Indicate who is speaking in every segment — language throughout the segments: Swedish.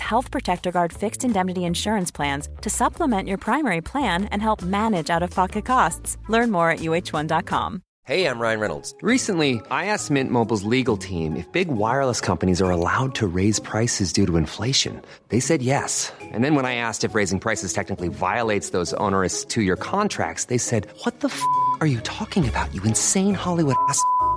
Speaker 1: Health Protector Guard fixed indemnity insurance plans to supplement your primary plan and help manage out of pocket costs. Learn more at uh1.com.
Speaker 2: Hey, I'm Ryan Reynolds. Recently, I asked Mint Mobile's legal team if big wireless companies are allowed to raise prices due to inflation. They said yes. And then when I asked if raising prices technically violates those onerous two year contracts, they said, What the f are you talking about, you insane Hollywood ass? f-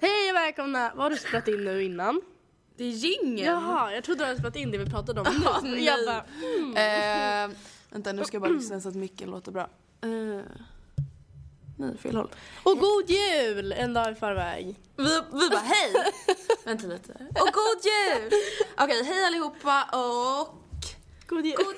Speaker 3: Hej och välkomna! Vad har du spelat in nu innan?
Speaker 4: Det är jingeln!
Speaker 3: Jaha, jag trodde du hade spelat in det vi pratade om nu.
Speaker 4: nej.
Speaker 3: jag bara,
Speaker 4: Eh, vänta, nu ska jag bara lyssna så att micken låter bra. Eh, nej, fel håll.
Speaker 3: och god jul! En dag i förväg.
Speaker 4: Vi, vi bara hej! vänta lite. Och god jul! Okej, hej allihopa och
Speaker 3: God jul!
Speaker 4: god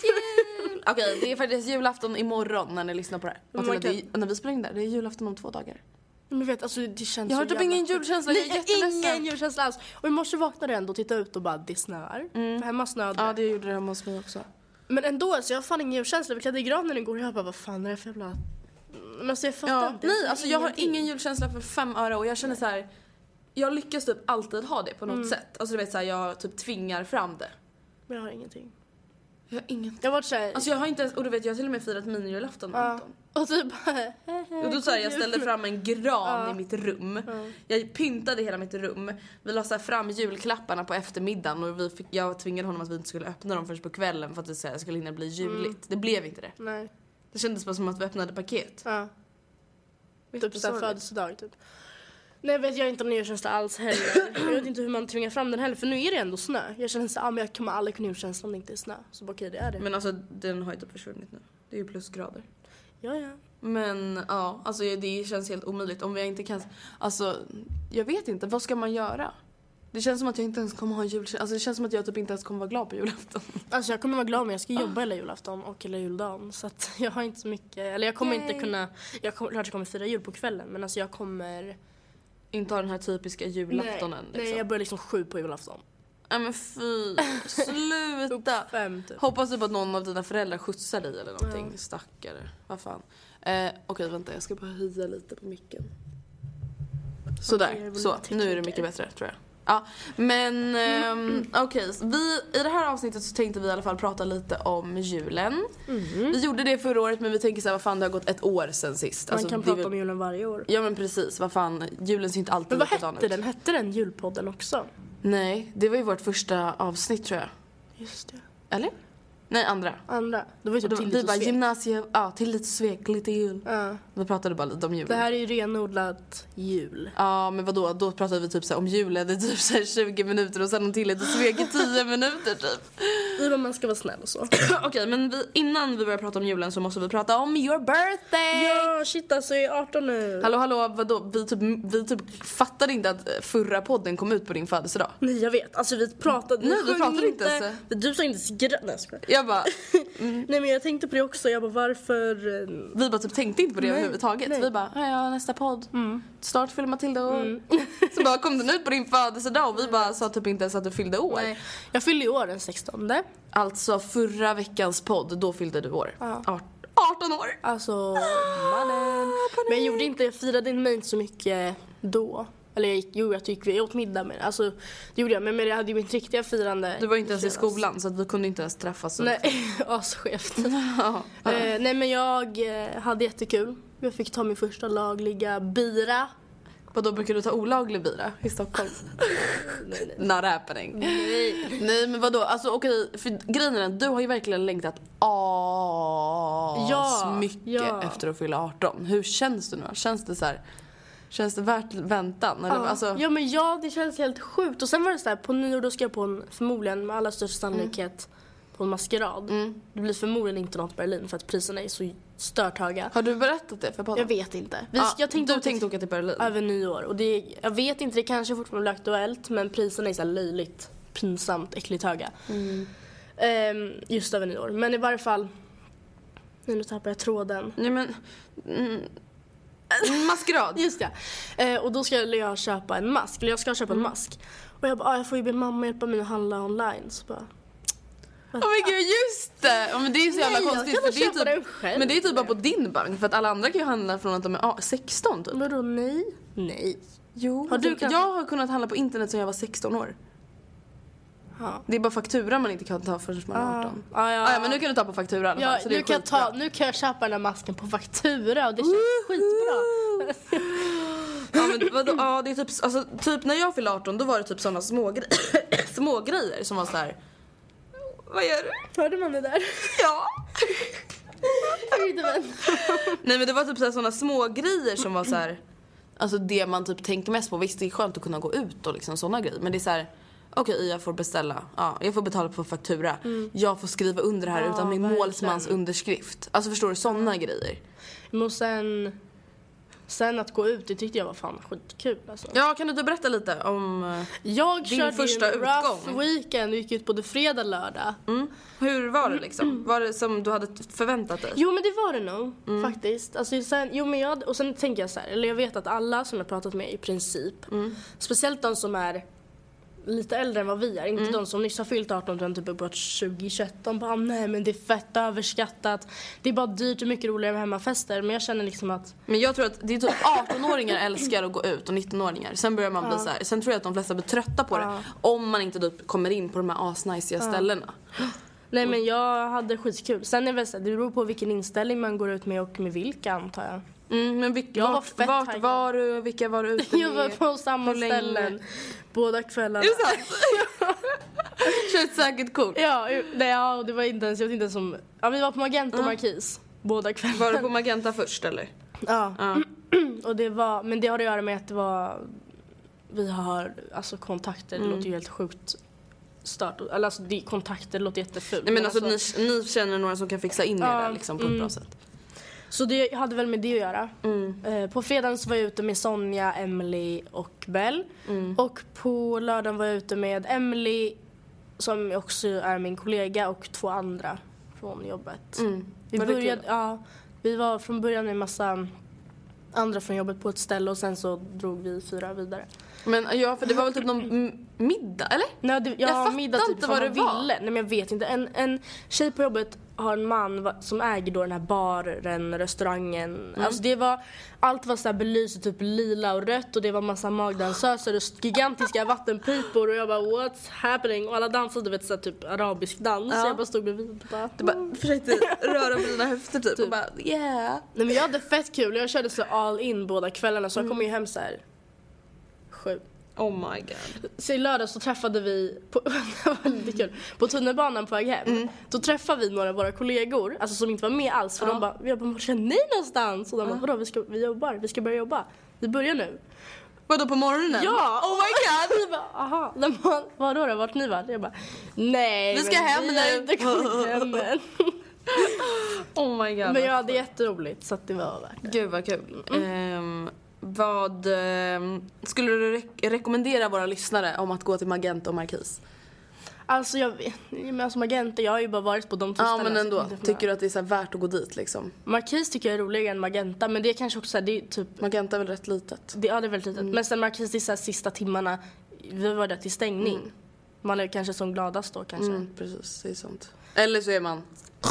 Speaker 4: jul! Okej, det är faktiskt julafton imorgon när ni lyssnar på det här.
Speaker 3: Men man
Speaker 4: Matilda,
Speaker 3: kan-
Speaker 4: det är, när vi spelar in det här, det är julafton om två dagar.
Speaker 3: Men vet, alltså det känns
Speaker 4: Jag har
Speaker 3: så
Speaker 4: typ
Speaker 3: jävla
Speaker 4: ingen
Speaker 3: sjukt.
Speaker 4: julkänsla, jag är
Speaker 3: Nej,
Speaker 4: jätteledsen.
Speaker 3: ingen julkänsla alls. Och i morse vaknade jag ändå och tittade ut och bara det snöar. För hemma snöade
Speaker 4: Ja,
Speaker 3: det.
Speaker 4: det gjorde det hemma hos mig också.
Speaker 3: Men ändå, alltså, jag har fan ingen julkänsla. Vi klädde i granen igår och jag bara vad fan är det för jävla... Men alltså jag fattar
Speaker 4: Ja,
Speaker 3: inte.
Speaker 4: nej, alltså jag har
Speaker 3: Ingenting.
Speaker 4: ingen julkänsla för fem öre och jag känner så här. Jag lyckas typ alltid ha det på något sätt. Alltså du vet så här, jag typ tvingar fram det.
Speaker 3: Men jag har ingenting.
Speaker 4: Jag har ingen...
Speaker 3: Jag har varit såhär...
Speaker 4: Alltså jag har inte ens, och du vet jag har till och med firat minijulafton med
Speaker 3: ja.
Speaker 4: Anton.
Speaker 3: Och typ bara...
Speaker 4: Och då så här, jag ställde fram en gran
Speaker 3: Ja.
Speaker 4: i mitt rum. Jag pyntade hela mitt rum. Vi la så här fram julklapparna på eftermiddagen och vi fick, jag tvingade honom att vi inte skulle öppna dem först på kvällen för att det så här, skulle hinna bli
Speaker 3: Mm.
Speaker 4: juligt. Det blev inte det.
Speaker 3: Nej.
Speaker 4: Det kändes bara som att vi öppnade paket.
Speaker 3: Ja. Typ såhär
Speaker 4: Jättesorgligt.
Speaker 3: födelsedag typ. Nej vet jag inte om njurkänsla alls heller. jag vet inte hur man tvingar fram den heller för nu är det ändå snö. Jag känner såhär, ah, men jag kommer aldrig kunna njurkänsla om det inte är snö. Så bara, okej det är det.
Speaker 4: Men alltså den har ju typ försvunnit nu. Det är ju plusgrader.
Speaker 3: Ja ja.
Speaker 4: Men ja, alltså det känns helt omöjligt om jag inte kan... Alltså, jag vet inte. Vad ska man göra? Det känns som att jag inte ens kommer ha en julkänsla. Alltså det känns som att jag typ inte ens kommer vara glad på julafton.
Speaker 3: Alltså jag kommer vara glad men jag ska jobba hela julafton och hela juldagen. Så att jag har inte så mycket, eller jag kommer inte
Speaker 4: Yay.
Speaker 3: kunna, jag kommer, klart jag kommer fira jul på kvällen men alltså jag kommer...
Speaker 4: Inte ha den här typiska julaftonen
Speaker 3: nej,
Speaker 4: liksom.
Speaker 3: jag börjar liksom sju på julafton.
Speaker 4: Nej men fy, sluta.
Speaker 3: Fem typ.
Speaker 4: Hoppas typ att någon av dina föräldrar skjutsar dig eller någonting. Stackare. Vad fan. Eh, Okej vänta jag ska bara höja lite på micken.
Speaker 3: Okej, jag
Speaker 4: Sådär,
Speaker 3: vill
Speaker 4: så.
Speaker 3: lite
Speaker 4: Nu är det
Speaker 3: tekniker. Mm.
Speaker 4: mycket bättre tror jag. Ja, men ehm, okej. så vi I det här avsnittet så tänkte vi i alla fall prata lite om julen.
Speaker 3: Mm.
Speaker 4: Vi gjorde det förra året men vi tänker såhär, vad fan det har gått ett år sen sist. Alltså,
Speaker 3: Man kan
Speaker 4: det är
Speaker 3: prata
Speaker 4: väl-
Speaker 3: om julen varje år.
Speaker 4: Ja men precis, vad fan. Julen ser inte alltid
Speaker 3: Men vad
Speaker 4: likadan
Speaker 3: hette
Speaker 4: ut.
Speaker 3: den? Hette den julpodden också?
Speaker 4: Nej, det var ju vårt första avsnitt tror jag.
Speaker 3: Just det.
Speaker 4: Eller? Nej, andra.
Speaker 3: Andra. Det var ju typ
Speaker 4: Och då,
Speaker 3: tillit
Speaker 4: vi
Speaker 3: och
Speaker 4: bara
Speaker 3: svek.
Speaker 4: gymnasiet, ja till lite svek, lite jul.
Speaker 3: Ja.
Speaker 4: Vi pratade bara lite om julen.
Speaker 3: Det här är ju renodlat jul.
Speaker 4: Ja men vadå, då pratade vi typ så här om julen i typ så här 20 minuter och sen om till lite svek i 10 minuter typ.
Speaker 3: Det är vad man ska vara snäll och så.
Speaker 4: Okej men vi, innan vi börjar prata om julen så måste vi prata om your birthday!
Speaker 3: Ja, shit alltså jag är 18 nu.
Speaker 4: Hallå hallå vadå, vi typ, vi typ fattade inte att förra podden kom ut på din födelsedag.
Speaker 3: Nej jag vet, alltså vi pratade,
Speaker 4: Nej, vi
Speaker 3: sjöng
Speaker 4: pratade inte ens.
Speaker 3: Du sa inte skratt, nej jag skojar.
Speaker 4: Jag bara,
Speaker 3: Nej men jag tänkte på det också, jag bara varför... eh,
Speaker 4: vi bara typ tänkte inte på det
Speaker 3: Nej,
Speaker 4: överhuvudtaget.
Speaker 3: nej. Mm.
Speaker 4: Vi bara, ja ja, nästa podd. Snart fyller Matilda år. Så bara kom den ut på din födelsedag och vi bara sa typ inte ens att du fyllde år.
Speaker 3: Mm. Nej. Jag fyller ju år den 16.
Speaker 4: Alltså förra veckans podd, då fyllde du år.
Speaker 3: Ja. Ah,
Speaker 4: Art- 18 år!
Speaker 3: Alltså mannen. Men jag gjorde inte, jag firade inte mig inte så mycket då. Eller jag gick, jo jag gick vi åt middag men alltså det gjorde jag men, men jag hade ju mitt riktiga firande.
Speaker 4: Du var ju inte ens i
Speaker 3: fredags.
Speaker 4: skolan så att vi kunde inte ens träffas.
Speaker 3: Nej, asskevt.
Speaker 4: Ja.
Speaker 3: Eh, nej men jag eh, hade jättekul. Jag fick ta min första lagliga bira.
Speaker 4: Vadå, brukar du ta olaglig bira i Stockholm? Not happening. Nej. Nej men vadå, alltså okej, för grejen är att du har ju verkligen längtat
Speaker 3: Ja,
Speaker 4: asmycket
Speaker 3: ja.
Speaker 4: efter att fylla 18. Hur känns det nu Känns det så här, känns det värt väntan? Eller, alltså,
Speaker 3: Ja men ja, det känns helt sjukt. Och sen var det så här, på nyår då ska jag på en, förmodligen med allra största sannolikhet, på en maskerad. Det blir förmodligen inte något Berlin för att priserna är så stört höga.
Speaker 4: Har du berättat det för podden?
Speaker 3: Jag vet inte. Vi,
Speaker 4: Ja,
Speaker 3: jag tänkte
Speaker 4: du
Speaker 3: åka till-
Speaker 4: tänkte åka till Berlin?
Speaker 3: över nyår och det, jag vet inte, det kanske fortfarande blir aktuellt men priserna är så här löjligt, pinsamt, äckligt höga. Mm. Ehm, just över nyår. Men i varje fall, nej, nu tappar jag tråden.
Speaker 4: Nej men... Mm, maskerad?
Speaker 3: Just ja. Eh, och då skulle jag köpa en mask, eller jag ska köpa
Speaker 4: Mm.
Speaker 3: en mask. Och jag bara, ah, jag får ju be mamma hjälpa mig att handla online. Så bara,
Speaker 4: Åh men gud Oh just det! Ja, men det är ju så
Speaker 3: Nej,
Speaker 4: jävla
Speaker 3: jag
Speaker 4: konstigt
Speaker 3: kan
Speaker 4: för
Speaker 3: väl
Speaker 4: det är ju
Speaker 3: köpa den själv.
Speaker 4: Men det är typ bara på din bank för att alla andra kan ju handla från att de är ah, 16 typ.
Speaker 3: vadå nej? Nej.
Speaker 4: Jo,
Speaker 3: Har du
Speaker 4: alltså,
Speaker 3: kanske-
Speaker 4: jag har kunnat handla på internet sedan jag var 16 år.
Speaker 3: Ja.
Speaker 4: Det är bara faktura man inte kan ta förrän man är 18.
Speaker 3: Ah, ja, ja.
Speaker 4: Ah, ja, men nu kan du ta på faktura i alla fall,
Speaker 3: Ja,
Speaker 4: så det är
Speaker 3: nu, kan jag ta,
Speaker 4: skitbra.
Speaker 3: nu kan jag köpa den här masken på faktura och det känns skitbra.
Speaker 4: Ja, men vadå, ja, det är typ, alltså, typ när jag fyllde 18 då var det typ sådana små, gre- små grejer som var så här. Vad gör du?
Speaker 3: Hörde man det där?
Speaker 4: Ja.
Speaker 3: Jag vet inte, men-
Speaker 4: Nej men det var typ så här såna små grejer som var så här. Alltså det man typ tänker mest på. Visst det är skönt att kunna gå ut och liksom såna grejer. Men det är så här. Okej jag får beställa. Ja, jag får betala på faktura. Jag får skriva under här utan min
Speaker 3: verkligen.
Speaker 4: målsmans underskrift. Alltså förstår du såna grejer.
Speaker 3: Men sen, sen att gå ut, det tyckte jag var fan skitkul alltså.
Speaker 4: Ja kan du inte berätta lite om eh,
Speaker 3: Jag
Speaker 4: Din
Speaker 3: körde
Speaker 4: första
Speaker 3: ju en rough
Speaker 4: utgång.
Speaker 3: weekend och gick ut både fredag och lördag.
Speaker 4: hur var det liksom? Var det som du hade förväntat dig?
Speaker 3: Jo men det var det nog
Speaker 4: Mm.
Speaker 3: faktiskt. Alltså, sen, jo, men jag, och sen tänker jag så här, eller jag vet att alla som jag pratat med i princip,
Speaker 4: Mm.
Speaker 3: speciellt de som är lite äldre än vad vi är, inte
Speaker 4: Mm.
Speaker 3: de som nyss har fyllt 18 utan typ uppåt 20-21, de bara nej men det är fett överskattat, det är bara dyrt och mycket roligare med hemmafester men jag känner liksom att
Speaker 4: Men jag tror att det är typ 18-åringar älskar att gå ut och 19-åringar. Sen börjar man bli så här. Sen tror jag att de flesta blir trötta på det. Om man inte typ kommer in på de här asnicea ställena.
Speaker 3: Nej
Speaker 4: Mm.
Speaker 3: men jag hade skitkul. Sen är det väl så här, det beror på vilken inställning man går ut med och med vilka antar jag.
Speaker 4: Mm, men vilk,
Speaker 3: Jag var
Speaker 4: vart,
Speaker 3: fett
Speaker 4: vart
Speaker 3: taggad.
Speaker 4: var du? Vilka var du ute
Speaker 3: Jag var på samma
Speaker 4: hur länge?
Speaker 3: ställen båda kvällarna.
Speaker 4: Är det sant? Känns säkert coolt.
Speaker 3: Ja, ju- nej, ja, och det var inte ens, jag vet inte ens om, ja vi var på Magenta och Markis båda kvällarna.
Speaker 4: Var du på Magenta först eller?
Speaker 3: Ja. Och det var, men det har att göra med att det var, vi har alltså kontakter,
Speaker 4: Mm.
Speaker 3: det låter ju helt sjukt stört. Eller alltså det, kontakter låter jättefult.
Speaker 4: Nej men alltså, ni, ni känner några som kan fixa in er där liksom på ett
Speaker 3: Mm.
Speaker 4: bra sätt.
Speaker 3: Så det hade väl med det att göra.
Speaker 4: Mm.
Speaker 3: Eh, på fredagen så var jag ute med Sonja, Emily och Bell.
Speaker 4: Mm.
Speaker 3: Och på lördagen var jag ute med Emily som också är min kollega och två andra från jobbet. Vi,
Speaker 4: Mm. Var det
Speaker 3: började,
Speaker 4: kul?
Speaker 3: ja, vi var från början med massa andra från jobbet på ett ställe och sen så drog vi fyra vidare.
Speaker 4: Men ja, för det var väl typ någon m- middag eller?
Speaker 3: Nej, det, jag,
Speaker 4: Jag
Speaker 3: har
Speaker 4: fattar
Speaker 3: middag typ
Speaker 4: inte
Speaker 3: för
Speaker 4: vad
Speaker 3: man
Speaker 4: det var.
Speaker 3: ville. Nej men jag vet inte. En, en tjej på jobbet har en man va- som äger då den här baren, restaurangen. Alltså det var, allt var så här belyst i typ lila och rött och det var massa magdansöser och gigantiska vattenpipor och jag bara what's happening? Och alla dansade du vet så här, typ arabisk dans.
Speaker 4: Ja.
Speaker 3: Så jag bara stod bredvid och bara... "Mm."
Speaker 4: Du bara försökte röra på dina höfter typ, och bara yeah.
Speaker 3: Nej men jag hade fett kul och jag körde så all in båda kvällarna så jag kom ju hem så här sju.
Speaker 4: Oh my god.
Speaker 3: Så i lördag så träffade vi, på, det var lite kul, på tunnelbanan på väg hem.
Speaker 4: Mm.
Speaker 3: Då träffade vi några av våra kollegor, alltså som inte var med alls för de bara, jag bara, vart känner ni någonstans? Och de bara, vadå vi, ska, vi jobbar, vi ska börja jobba. Vi börjar nu.
Speaker 4: Vadå på morgonen?
Speaker 3: Ja!
Speaker 4: Oh my god.
Speaker 3: Vi bara, aha, de bara, vadå då, vart ni var? Jag bara, nej
Speaker 4: Vi ska
Speaker 3: men
Speaker 4: hem
Speaker 3: vi
Speaker 4: nu."
Speaker 3: har inte kommit hem än.
Speaker 4: Oh my god.
Speaker 3: Men jag hade jätteroligt så att det var värt det.
Speaker 4: Gud vad kul. Ehm, vad ehm, skulle du re- rekommendera våra lyssnare om att gå till Magenta och Markis?
Speaker 3: Alltså jag vet, men som agent, jag har ju bara varit på de två
Speaker 4: Ja
Speaker 3: ställena,
Speaker 4: men
Speaker 3: så
Speaker 4: ändå,
Speaker 3: inte för
Speaker 4: tycker du att det är så här värt att gå dit liksom?
Speaker 3: Marquis tycker jag är roligare än Magenta men det är kanske också såhär, det är typ
Speaker 4: Magenta är väl rätt litet?
Speaker 3: Det, ja, det är väldigt litet.
Speaker 4: Mm.
Speaker 3: Men sen Marquis, det är så här sista timmarna. Vi var där till stängning. Man är kanske som gladast då kanske.
Speaker 4: Mm, precis, det är sånt. Eller så är man.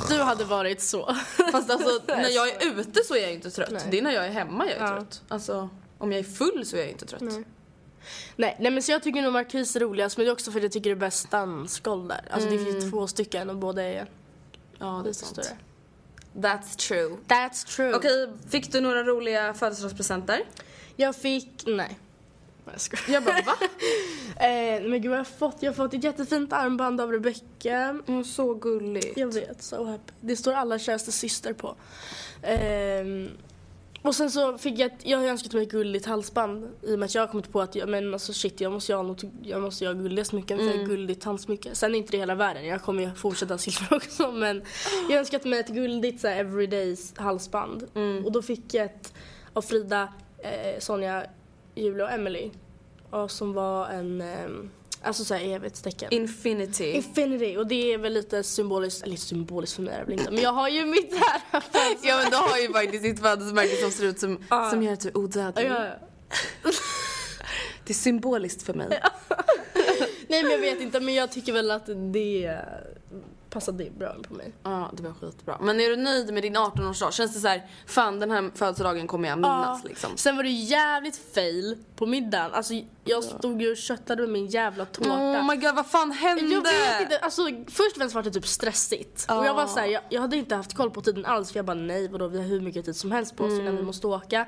Speaker 3: Du hade varit så.
Speaker 4: Fast alltså när jag är ute så är jag inte trött.
Speaker 3: Nej.
Speaker 4: Det är när jag är hemma jag är
Speaker 3: Ja.
Speaker 4: trött. Alltså om jag är full så är jag inte trött.
Speaker 3: Nej, nej men så jag tycker nog Marquis är roligast men det är också för att jag tycker det är bäst dansgolv Alltså det finns ju två stycken och båda är
Speaker 4: Mm. Ja, det är
Speaker 3: lite
Speaker 4: sant.
Speaker 3: större.
Speaker 4: That's true.
Speaker 3: That's true.
Speaker 4: Okej, fick du några roliga födelsedagspresenter?
Speaker 3: Jag fick, nej. Jag skojar.
Speaker 4: Jag bara, va?
Speaker 3: Eh, men gud vad jag har fått, jag har fått ett jättefint armband av Rebecca.
Speaker 4: Mm, så gulligt.
Speaker 3: Jag vet, so happy. Det står alla käraste syster på. Ehm, och sen så fick jag, ett, jag har ju önskat mig ett gulligt halsband i och med att jag har kommit på att jag, men alltså shit jag måste ju ha något, jag måste ju ha gulliga smycken för jag har guldigt handsmycke. Sen är inte det hela världen, jag kommer ju fortsätta ha silver också men jag har önskat mig ett guldigt så här, everyday halsband. Och då fick jag ett av Frida, eh, Sonja, Julia och Emily. Och som var en, ehm, alltså såhär evighetstecken.
Speaker 4: Infinity.
Speaker 3: Infinity och det är väl lite symboliskt, eller lite symboliskt för mig är det väl inte men jag har ju mitt här.
Speaker 4: ja men du har ju faktiskt ditt födelsemärke som ser ut som, som gör att du är odödlig.
Speaker 3: Jag-
Speaker 4: Det är symboliskt för mig.
Speaker 3: Nej men jag vet inte men jag tycker väl att det passar det bra på mig.
Speaker 4: Ja, det var skitbra. Men är du nöjd med din 18-årsdag? Känns det så här, fan den här födelsedagen kommer jag minnas liksom?
Speaker 3: Sen var det jävligt fail på middagen, alltså jag stod ju och köttade med min jävla tårta.
Speaker 4: Oh my god, vad fan hände?
Speaker 3: Jag vet inte, alltså först och främst var det typ stressigt. Och jag var såhär, jag, jag hade inte haft koll på tiden alls för jag bara nej vadå vi har hur mycket tid som helst på oss innan vi
Speaker 4: Mm.
Speaker 3: måste åka.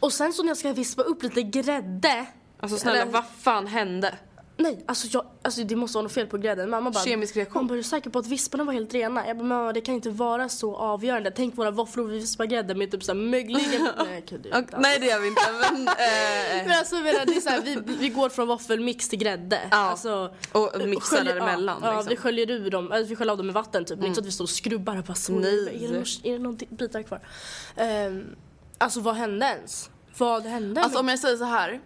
Speaker 3: Och sen så när jag ska vispa upp lite grädde.
Speaker 4: Alltså snälla,
Speaker 3: eller-
Speaker 4: vad fan hände?
Speaker 3: Nej, alltså, jag, alltså det måste vara något fel på grädden. Mamma bara,
Speaker 4: Kemisk reaktion.
Speaker 3: Hon bara, är du säker på att visparna var helt rena? Jag bara, mamma det kan inte vara så avgörande. Tänk våra våfflor vi vispar grädde med typ såhär möglingen. Nej, gud, det är
Speaker 4: Och,
Speaker 3: inte alls.
Speaker 4: nej det gör vi inte men... Eh,
Speaker 3: Men alltså jag menar, det är så här, vi, vi går från våffelmix till grädde.
Speaker 4: Ja.
Speaker 3: Alltså,
Speaker 4: Och mixar
Speaker 3: sköljer-
Speaker 4: däremellan,
Speaker 3: Ja, ja
Speaker 4: liksom. Mm.
Speaker 3: vi sköljer ur dem, alltså, vi sköljer av dem med vatten typ. Det är Inte så att vi står och skrubbar och bara så,
Speaker 4: Nej.
Speaker 3: Är det, någon- är det någon bitar kvar? Ehm, alltså vad hände ens? Vad hände?
Speaker 4: alltså om jag säger så här.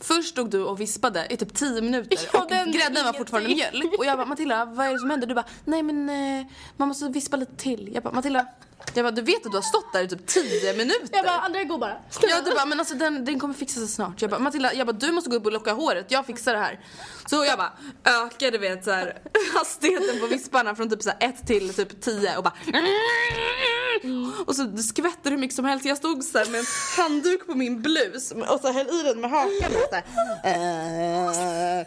Speaker 4: Först stod du och vispade i typ 10 minuter
Speaker 3: Ja,
Speaker 4: och
Speaker 3: det hände
Speaker 4: grädden var
Speaker 3: ingenting.
Speaker 4: fortfarande mjölk. Och jag bara Matilda vad är det som händer? Du bara nej men eh, man måste vispa lite till. Jag bara Matilda. Jag bara du vet att du har stått där i typ 10 minuter.
Speaker 3: jag bara, Andrea gå bara.
Speaker 4: Ja du bara men alltså den, den kommer fixa sig snart. Jag bara Matilda jag bara, du måste gå upp och locka håret, jag fixar det här. Så jag bara ökar du vet såhär hastigheten på visparna från typ såhär 1 till typ 10 och bara
Speaker 3: Mm.
Speaker 4: Och så skvätter hur mycket som helst. Jag stod såhär med en handduk på min blus och så höll i den med hakan och så här. eh.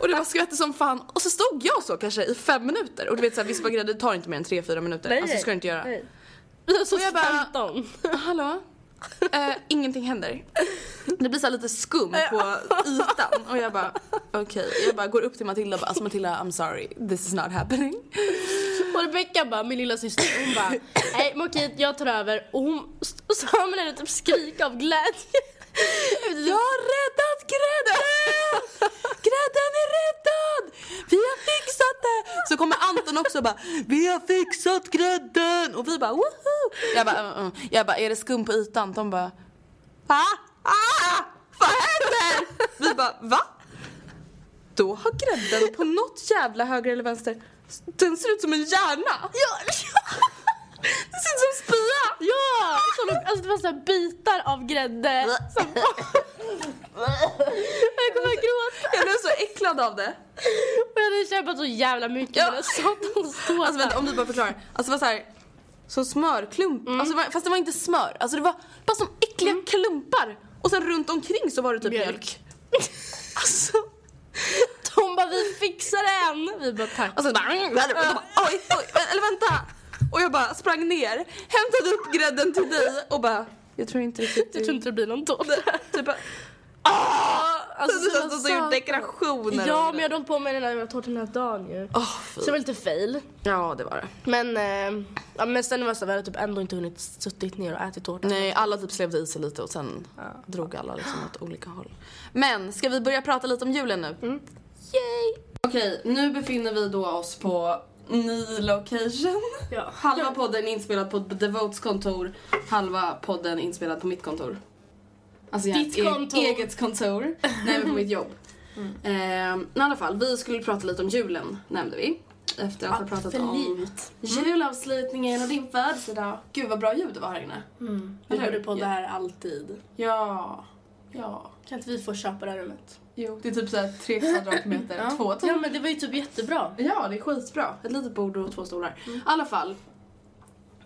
Speaker 4: Och det bara skvätte som fan. Och så stod jag så kanske i fem minuter. Och du vet såhär vispa grädde tar inte mer än 3-4 minuter. alltså ska du inte göra.
Speaker 3: Nej. Alltså
Speaker 4: jag bara-
Speaker 3: 15.
Speaker 4: Hallå? Eh, ingenting händer. Det blir så här lite skum på ytan. Och jag bara, okej. Jag bara går upp till Matilda och bara, alltså Matilda I'm sorry, this is not happening.
Speaker 3: Och Rebecka bara, min lilla syster, hon bara nej men okej jag tar över och hon och så hör man henne typ skrika av glädje.
Speaker 4: Jag har räddat grädden! Grädden är räddad! Vi har fixat det! Så kommer Anton också och bara, vi har fixat grädden! Och vi bara, woho! Jag bara, mm, mm. jag bara är det skum på ytan? De bara, va? Ah! Vad händer? Vi bara, va? Då har grädden på något jävla höger eller vänster, den ser ut som en hjärna! Ja! Det ser ut som spya!
Speaker 3: Ja! Så de, alltså det var såhär bitar av grädde. Som jag kommer att gråta.
Speaker 4: Jag blev så äcklad av det.
Speaker 3: Och jag hade kämpat så jävla mycket
Speaker 4: Ja.
Speaker 3: med den satans tårtan.
Speaker 4: Alltså vänta, om du bara förklarar. Alltså det var så här som smörklump. Alltså, det var- fast det var inte smör. Alltså det var bara som äckliga klumpar. Och sen runt omkring så var det typ Mm. mjölk. Alltså,
Speaker 3: De bara vi fixar en. Vi bara tack.
Speaker 4: och sen bara, och de bara oj, oj, eller vänta. Och jag bara sprang ner, hämtade upp grädden till dig och bara, jag tror inte riktigt
Speaker 3: jag tror inte det blir någon tårta.
Speaker 4: Typ bara, ah! Alltså,
Speaker 3: typ så
Speaker 4: det känns som att du har
Speaker 3: satan.
Speaker 4: gjort dekorationer.
Speaker 3: Ja
Speaker 4: och-
Speaker 3: men jag drog på mig den här jävla tårtan den här dagen ju.
Speaker 4: Åh, fy.
Speaker 3: Så det var lite fail.
Speaker 4: Ja det var det.
Speaker 3: Men, eh, ja, men sen var det så här, vi hade typ ändå inte hunnit suttit ner och ätit tårta.
Speaker 4: Nej, alla typ slevde i sig lite och sen drog alla liksom åt olika håll. Men ska vi börja prata lite om julen nu? Yay! Okej, nu befinner vi då oss på ny location.
Speaker 3: Ja.
Speaker 4: Halva podden inspelad på Devotes kontor, halva podden inspelad på mitt kontor. Alltså jag-
Speaker 3: Ditt
Speaker 4: e-
Speaker 3: kontor. Mm.
Speaker 4: eget kontor. Nej men på mitt jobb. Ehm, men I alla fall, vi skulle prata lite om julen nämnde vi. Efter att ha pratat om
Speaker 3: Absolut.
Speaker 4: julavslutningen och din födelsedag. Gud vad bra ljud det var här inne.
Speaker 3: Vi
Speaker 4: Eller hur?
Speaker 3: borde på det här alltid.
Speaker 4: Ja. Ja.
Speaker 3: Kan inte vi få köpa det här rummet?
Speaker 4: Jo. Det är typ såhär tre kvadratmeter, två
Speaker 3: Ja
Speaker 4: typ.
Speaker 3: men det var ju typ jättebra. Mm.
Speaker 4: Ja, det är skitbra. Ett litet bord och två stolar. I alla fall.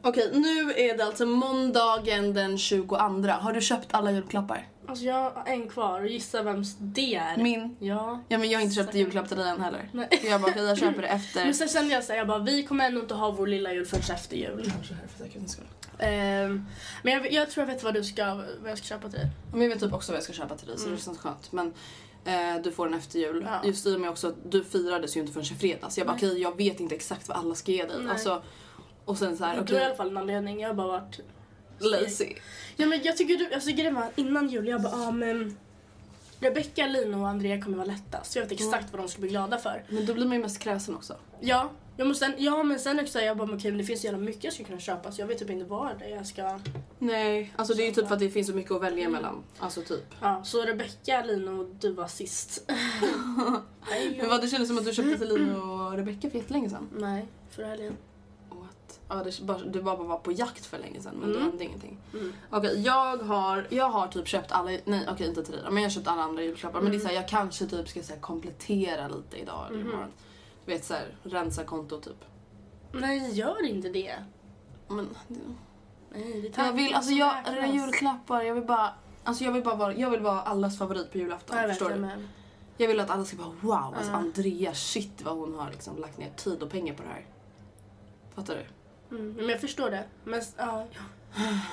Speaker 4: Okej, nu är det alltså måndagen den 22. Har du köpt alla julklappar?
Speaker 3: Alltså jag har en kvar och gissa vems det är.
Speaker 4: Min.
Speaker 3: Ja.
Speaker 4: Ja men jag har inte köpt julklapp till dig än heller.
Speaker 3: Nej.
Speaker 4: Jag bara, okej jag köper det efter.
Speaker 3: Men sen kände jag såhär, jag bara vi kommer ändå inte ha vår lilla jul förrän efter jul. Ehm, men jag, jag tror jag vet vad du ska, vad jag ska köpa till dig.
Speaker 4: Men jag vet typ också vad jag ska köpa till dig så det känns skönt. Men eh, du får den efter jul.
Speaker 3: Mm. Ja.
Speaker 4: Just i och med också att du firades ju inte förrän i fredags. Jag bara okej jag vet inte exakt vad alla ska ge dig.
Speaker 3: Nej.
Speaker 4: Alltså, och sen såhär
Speaker 3: Du har i alla
Speaker 4: okej,
Speaker 3: fall en anledning, jag har bara varit...
Speaker 4: lazy.
Speaker 3: Ja men jag tycker, du, jag tycker det var innan jul, jag bara ah, men Rebecca, Lina och Andrea kommer vara lättast. Jag vet
Speaker 4: Mm.
Speaker 3: exakt vad de ska bli glada för.
Speaker 4: Men då blir man ju mest kräsen också.
Speaker 3: Ja, jag måste, sen, ja men sen också jag bara men okej men det finns så jävla mycket jag ska kunna köpa så jag vet typ inte vad det är jag ska...
Speaker 4: Nej, alltså det är ju typ för att det finns så mycket att
Speaker 3: Mm.
Speaker 4: välja mellan. Alltså typ.
Speaker 3: Ja, så Rebecca, Lina och du var sist. Nej,
Speaker 4: Men vad det kändes som att du köpte till Lina och Rebecca för jättelänge sedan.
Speaker 3: Nej, förra helgen.
Speaker 4: What? Ja, det, bara, du bara var på jakt för länge sedan men det hände ingenting. Okej, jag har, jag har typ köpt alla, nej okej inte till dig då, men jag har köpt alla andra julklappar. Men det är såhär, jag kanske typ ska såhär, komplettera lite idag eller imorgon. Du vet såhär, rensa konto typ.
Speaker 3: Nej, gör inte det.
Speaker 4: Men, det,
Speaker 3: Nej, det är
Speaker 4: jag vill, alltså jag,
Speaker 3: tanken som
Speaker 4: alla
Speaker 3: räknas.
Speaker 4: julklappar, jag vill bara, alltså jag vill bara vara, jag vill vara allas favorit på julafton.
Speaker 3: Ja, jag vet,
Speaker 4: förstår
Speaker 3: jag
Speaker 4: du?
Speaker 3: med.
Speaker 4: Jag vill att alla ska bara wow, alltså Andrea shit vad hon har liksom lagt ner tid och pengar på det här. Fattar du?
Speaker 3: Mm, men jag förstår det. Men s- ja.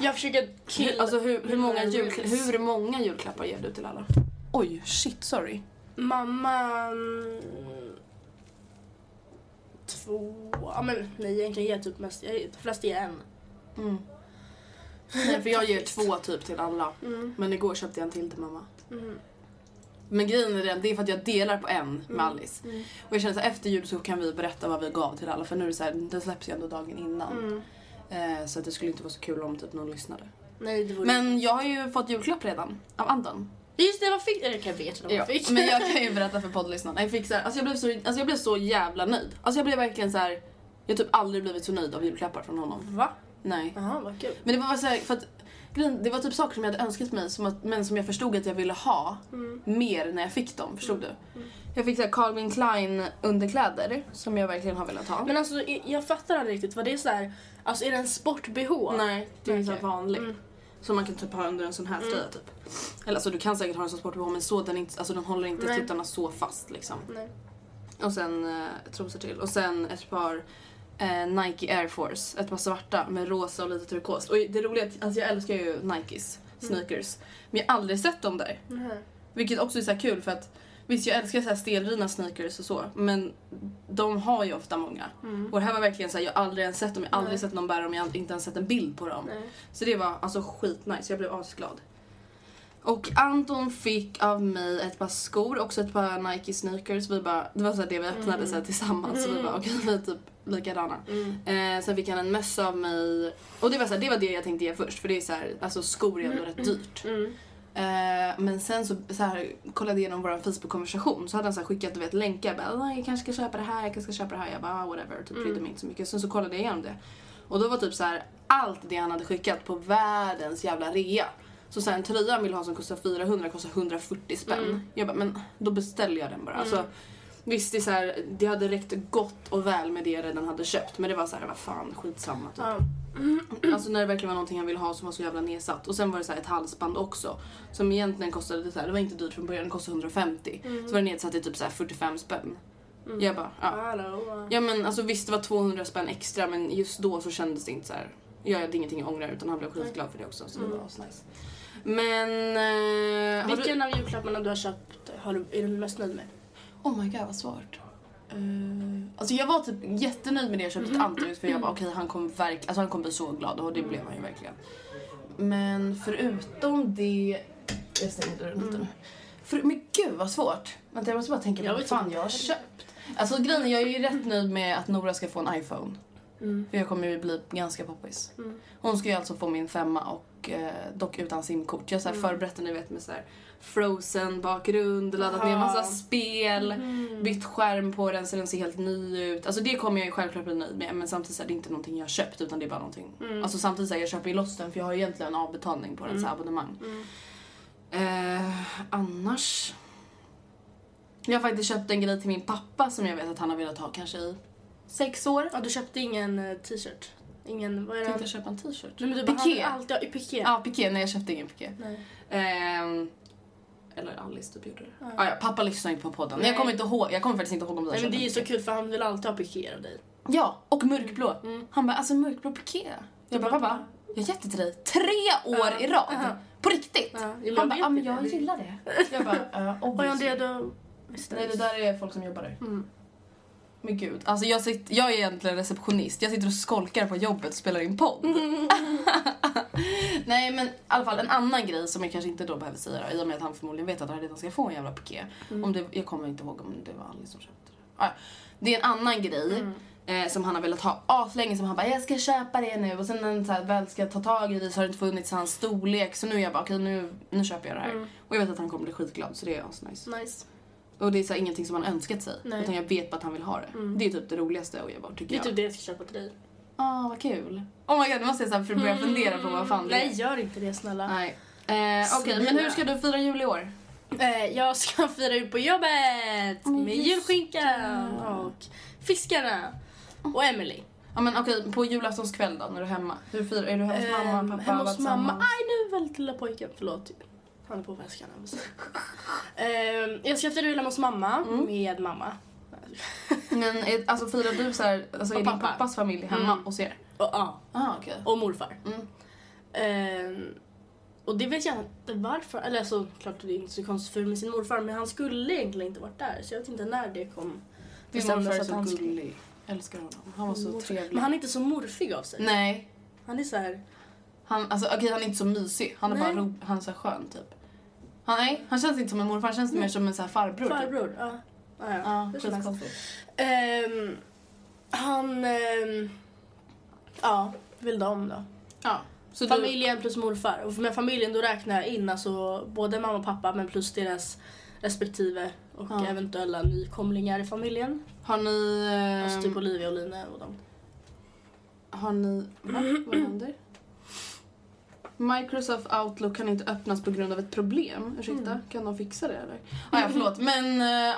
Speaker 3: Jag försöker kill...
Speaker 4: Alltså hur, hur, många
Speaker 3: memories.
Speaker 4: julkla- hur många julklappar ger du till alla? Oj, shit sorry.
Speaker 3: Mamma... mm, Två... Ja men nej egentligen ger jag typ mest... Jag, de flesta ger en.
Speaker 4: Nej, Mm. för jag ger två typ till alla. Men igår köpte jag en till till mamma. Men grejen är den, det är för att jag delar på en med Alice. Och jag känner så här, efter jul så kan vi berätta vad vi gav till alla för nu är det så här, den släpps ju ändå dagen innan. Eh, så att det skulle inte vara så kul om typ någon lyssnade.
Speaker 3: Nej det vore...
Speaker 4: Men jag har ju fått julklapp redan, av Anton.
Speaker 3: Just det, vad fick... Eller jag vet vad
Speaker 4: Ja,
Speaker 3: jag fick.
Speaker 4: men jag kan ju berätta för poddlyssnarna. Jag, fick så här, alltså jag, blev så, alltså jag blev så jävla nöjd. Alltså jag blev verkligen så här. Jag har typ aldrig blivit så nöjd av julklappar från honom.
Speaker 3: Va?
Speaker 4: Nej.
Speaker 3: Jaha, vad kul.
Speaker 4: Men det var bara så här, för att grejen- det var typ saker som jag hade önskat mig som att, men som jag förstod att jag ville ha
Speaker 3: Mm.
Speaker 4: mer när jag fick dem. Förstod du? Jag fick så här Calvin Klein underkläder som jag verkligen har velat ha.
Speaker 3: Men alltså i- jag fattar aldrig riktigt, vad det är så här... Alltså är det en sport-bh?
Speaker 4: Nej, det är ju så här
Speaker 3: Okej. Mm.
Speaker 4: vanlig. Som man kan typ ha under en sån här tröja typ. Eller alltså du kan säkert ha en sån sportbh men så den, är inte, alltså, den håller inte
Speaker 3: Nej.
Speaker 4: tuttarna så fast liksom.
Speaker 3: Nej.
Speaker 4: Och sen eh, trosor till. Och sen ett par eh, Nike Air Force. Ett par svarta med rosa och lite turkost. Och det roliga är att alltså, jag älskar ju Nikes
Speaker 3: Mm.
Speaker 4: sneakers. Men jag har aldrig sett dem där. Vilket också är så här kul för att Visst jag älskar så här stelrina sneakers och så men de har ju ofta många. Och det här var verkligen så här, jag har aldrig ens sett dem, jag har aldrig sett någon bära dem, jag har inte ens sett en bild på dem. Så det var alltså skitnice, jag blev asglad. Och Anton fick av mig ett par skor, också ett par Nike sneakers. Vi bara, det var så här det vi öppnade så här tillsammans. Så vi bara, okej vi är typ likadana. Eh, sen fick han en mössa av mig. Och det var, så här, det var det jag tänkte ge först. För det är så här, alltså skor är ändå rätt dyrt. Eh, men sen så, så här, kollade jag igenom vår Facebook-konversation så hade han så här skickat du vet, länkar. Bara, "Ah, jag kanske ska köpa det här, jag kanske ska köpa det här. Jag bara ah, whatever, typ, brydde mig inte så mycket. Sen så kollade jag igenom det. Och då var typ så här, allt det han hade skickat på världens jävla rea. Så sen en tröja han vill ha som kostar 400 kostar 140 spänn. Jag bara men då beställer jag den bara. Alltså, visst det, är så här, det hade räckt gott och väl med det jag redan hade köpt men det var så här, vad fan skitsamma typ.
Speaker 3: Ja.
Speaker 4: Alltså när det verkligen var någonting han ville ha som var så jävla nedsatt. Och sen var det så här ett halsband också. Som egentligen kostade, det, så här, det var inte dyrt från början, det kostade 150. Så var det nedsatt till typ så här 45 spänn. Jag bara, ja.
Speaker 3: Hallå.
Speaker 4: Ja men alltså visst det var 200 spänn extra men just då så kändes det inte så här. Jag hade ingenting att ångra utan han blev skitglad för det också så det var asnice. Men... Eh, har
Speaker 3: Vilken av julklapparna du har köpt har du, är du mest nöjd med?
Speaker 4: du... Oh my god vad svårt. Uh, alltså jag var typ jättenöjd med det jag
Speaker 3: Mm-hmm.
Speaker 4: köpte till Anton för jag bara okej han kommer verk... alltså, han kommer bli så glad och det
Speaker 3: Mm.
Speaker 4: blev han ju verkligen. Men förutom det... Jag stänger dörren lite nu. För, men gud vad svårt. Vänta jag måste bara tänka
Speaker 3: Mm.
Speaker 4: på
Speaker 3: Jag
Speaker 4: vad
Speaker 3: vet
Speaker 4: fan
Speaker 3: inte.
Speaker 4: jag har köpt. Alltså grejen är, jag är ju rätt nöjd med att Nora ska få en iPhone.
Speaker 3: Mm.
Speaker 4: För jag kommer ju bli ganska poppis. Hon ska ju alltså få min femma och eh, dock utan simkort. Jag har så
Speaker 3: Mm.
Speaker 4: här förberett den, ni vet med så här frozen bakgrund, laddat ner massa spel,
Speaker 3: Mm.
Speaker 4: bytt skärm på den så den ser helt ny ut. Alltså det kommer jag ju självklart bli nöjd med men samtidigt så är det inte någonting jag har köpt utan det är bara någonting.
Speaker 3: Mm.
Speaker 4: Alltså samtidigt så här, jag köper ju loss den för jag har ju egentligen en avbetalning på den så här abonnemang.
Speaker 3: Mm.
Speaker 4: Eh, annars... Jag har faktiskt köpt en grej till min pappa som jag vet att han har velat ha kanske i sex år.
Speaker 3: Ja, du köpte ingen eh, t-shirt? Ingen, vad är
Speaker 4: Tänkte
Speaker 3: det?
Speaker 4: jag köpa en t-shirt.
Speaker 3: Nej, men du
Speaker 4: Piqué.
Speaker 3: behöver alltid ha i piké.
Speaker 4: Ja, piké. Nej, jag köpte ingen piké.
Speaker 3: Nej.
Speaker 4: Ehm, eller Alice typ gjorde det. Ah, ja, pappa lyssnar inte på podden.
Speaker 3: Nej.
Speaker 4: Jag kommer, inte ihåg, jag kommer faktiskt inte ihåg om du har
Speaker 3: Nej men
Speaker 4: köpt
Speaker 3: det är
Speaker 4: en
Speaker 3: ju så
Speaker 4: piké.
Speaker 3: kul för han vill alltid ha piké av dig.
Speaker 4: Ja, och mörkblå. Han bara, alltså mörkblå piké. Jag bara,
Speaker 3: Mm. bara,
Speaker 4: pappa, jag har gett det till dig tre år i rad. På riktigt.
Speaker 3: Ja, jo, men jag
Speaker 4: Han bara,
Speaker 3: vet
Speaker 4: ja men
Speaker 3: ju
Speaker 4: jag
Speaker 3: det.
Speaker 4: gillar det. Jag bara, ja,
Speaker 3: Var jag
Speaker 4: obviously.
Speaker 3: det då? Visst är
Speaker 4: Nej, det där är folk som jobbar där.
Speaker 3: Mm.
Speaker 4: Men gud, alltså jag, sitter, jag är egentligen receptionist. Jag sitter och skolkar på jobbet och spelar in podd. Nej men i alla fall en annan grej som jag kanske inte då behöver säga då, i och med att han förmodligen vet att han redan ska få en jävla piké. Om det, jag kommer inte ihåg om det var Alice som köpte det. Ah, ja. det är en annan grej eh, som han har velat ha aslänge som han bara jag ska köpa det nu och sen när han så här, väl ska ta tag i det så har det inte funnits hans storlek så nu är jag bara okej nu, nu köper jag det här. Och jag vet att han kommer bli skitglad så det är asnice.
Speaker 3: Nice.
Speaker 4: Och det är så här, ingenting som han önskat sig.
Speaker 3: Nej. Mm.
Speaker 4: Utan jag vet bara att han vill ha det. Det är typ det roligaste att göra tycker
Speaker 3: Det är
Speaker 4: jag.
Speaker 3: typ det jag ska köpa till dig.
Speaker 4: Ah, vad kul. Oh my god, nu måste jag så här för
Speaker 3: Mm.
Speaker 4: börja fundera på vad fan det
Speaker 3: Nej
Speaker 4: är.
Speaker 3: gör inte det snälla.
Speaker 4: Nej. Eh, Okej, men hur ska du fira jul i år?
Speaker 3: Eh, jag ska fira jul på jobbet
Speaker 4: Oh,
Speaker 3: med julskinkan och fiskarna och Emily.
Speaker 4: Ja men okej, på julaftonskväll då, när du är hemma. Hur firar, är du hemma hos mamma,
Speaker 3: Ehm,
Speaker 4: pappa,
Speaker 3: hemma
Speaker 4: alla
Speaker 3: hos mamma.
Speaker 4: tillsammans?
Speaker 3: Aj nu väl lilla pojken. Förlåt. Han är på väskan. här, men så. Ehm, jag ska fira jul hemma hos mamma
Speaker 4: Mm.
Speaker 3: med mamma.
Speaker 4: Men är, alltså firar du så här, alltså är
Speaker 3: Och
Speaker 4: din
Speaker 3: pappa. Mm.
Speaker 4: pappas familj hemma hos er?
Speaker 3: Och, ja,
Speaker 4: Ah, okej.
Speaker 3: och morfar.
Speaker 4: Mm.
Speaker 3: Ehm, och det vet jag inte varför. Eller alltså, klart det är inte så konstigt för med sin morfar men han skulle egentligen inte varit där så jag vet inte när det kom.
Speaker 4: Din
Speaker 3: bestämdes
Speaker 4: morfar är
Speaker 3: att
Speaker 4: så
Speaker 3: han skulle-
Speaker 4: gullig. Älskar honom. Han var så trevlig.
Speaker 3: Men han är inte så morfig av sig.
Speaker 4: Nej,
Speaker 3: Han är så här.
Speaker 4: Han, alltså, okej, han är inte så mysig, han är
Speaker 3: Nej.
Speaker 4: bara ro, han är så här skön typ. Han, nej, han känns inte som en morfar, han känns mer som en så här farbror. Typ.
Speaker 3: Farbror. Ja. Ja, ja.
Speaker 4: Ja,
Speaker 3: Det känns konstigt.
Speaker 4: skitkonstigt.
Speaker 3: Ehm, han... ehm, ja, vill de då.
Speaker 4: Ja. Så du,
Speaker 3: Familjen plus morfar. Och med familjen då räknar jag in alltså både mamma och pappa men plus deras respektive och
Speaker 4: Ja.
Speaker 3: eventuella nykomlingar i familjen.
Speaker 4: har ni... Eh,
Speaker 3: Alltså typ Olivia och Line och dem.
Speaker 4: Har ni... Va? Vad händer? Microsoft Outlook kan inte öppnas på grund av ett problem. Ursäkta,
Speaker 3: Mm.
Speaker 4: kan de fixa det eller? Ah, ja, förlåt. Men eh,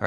Speaker 2: All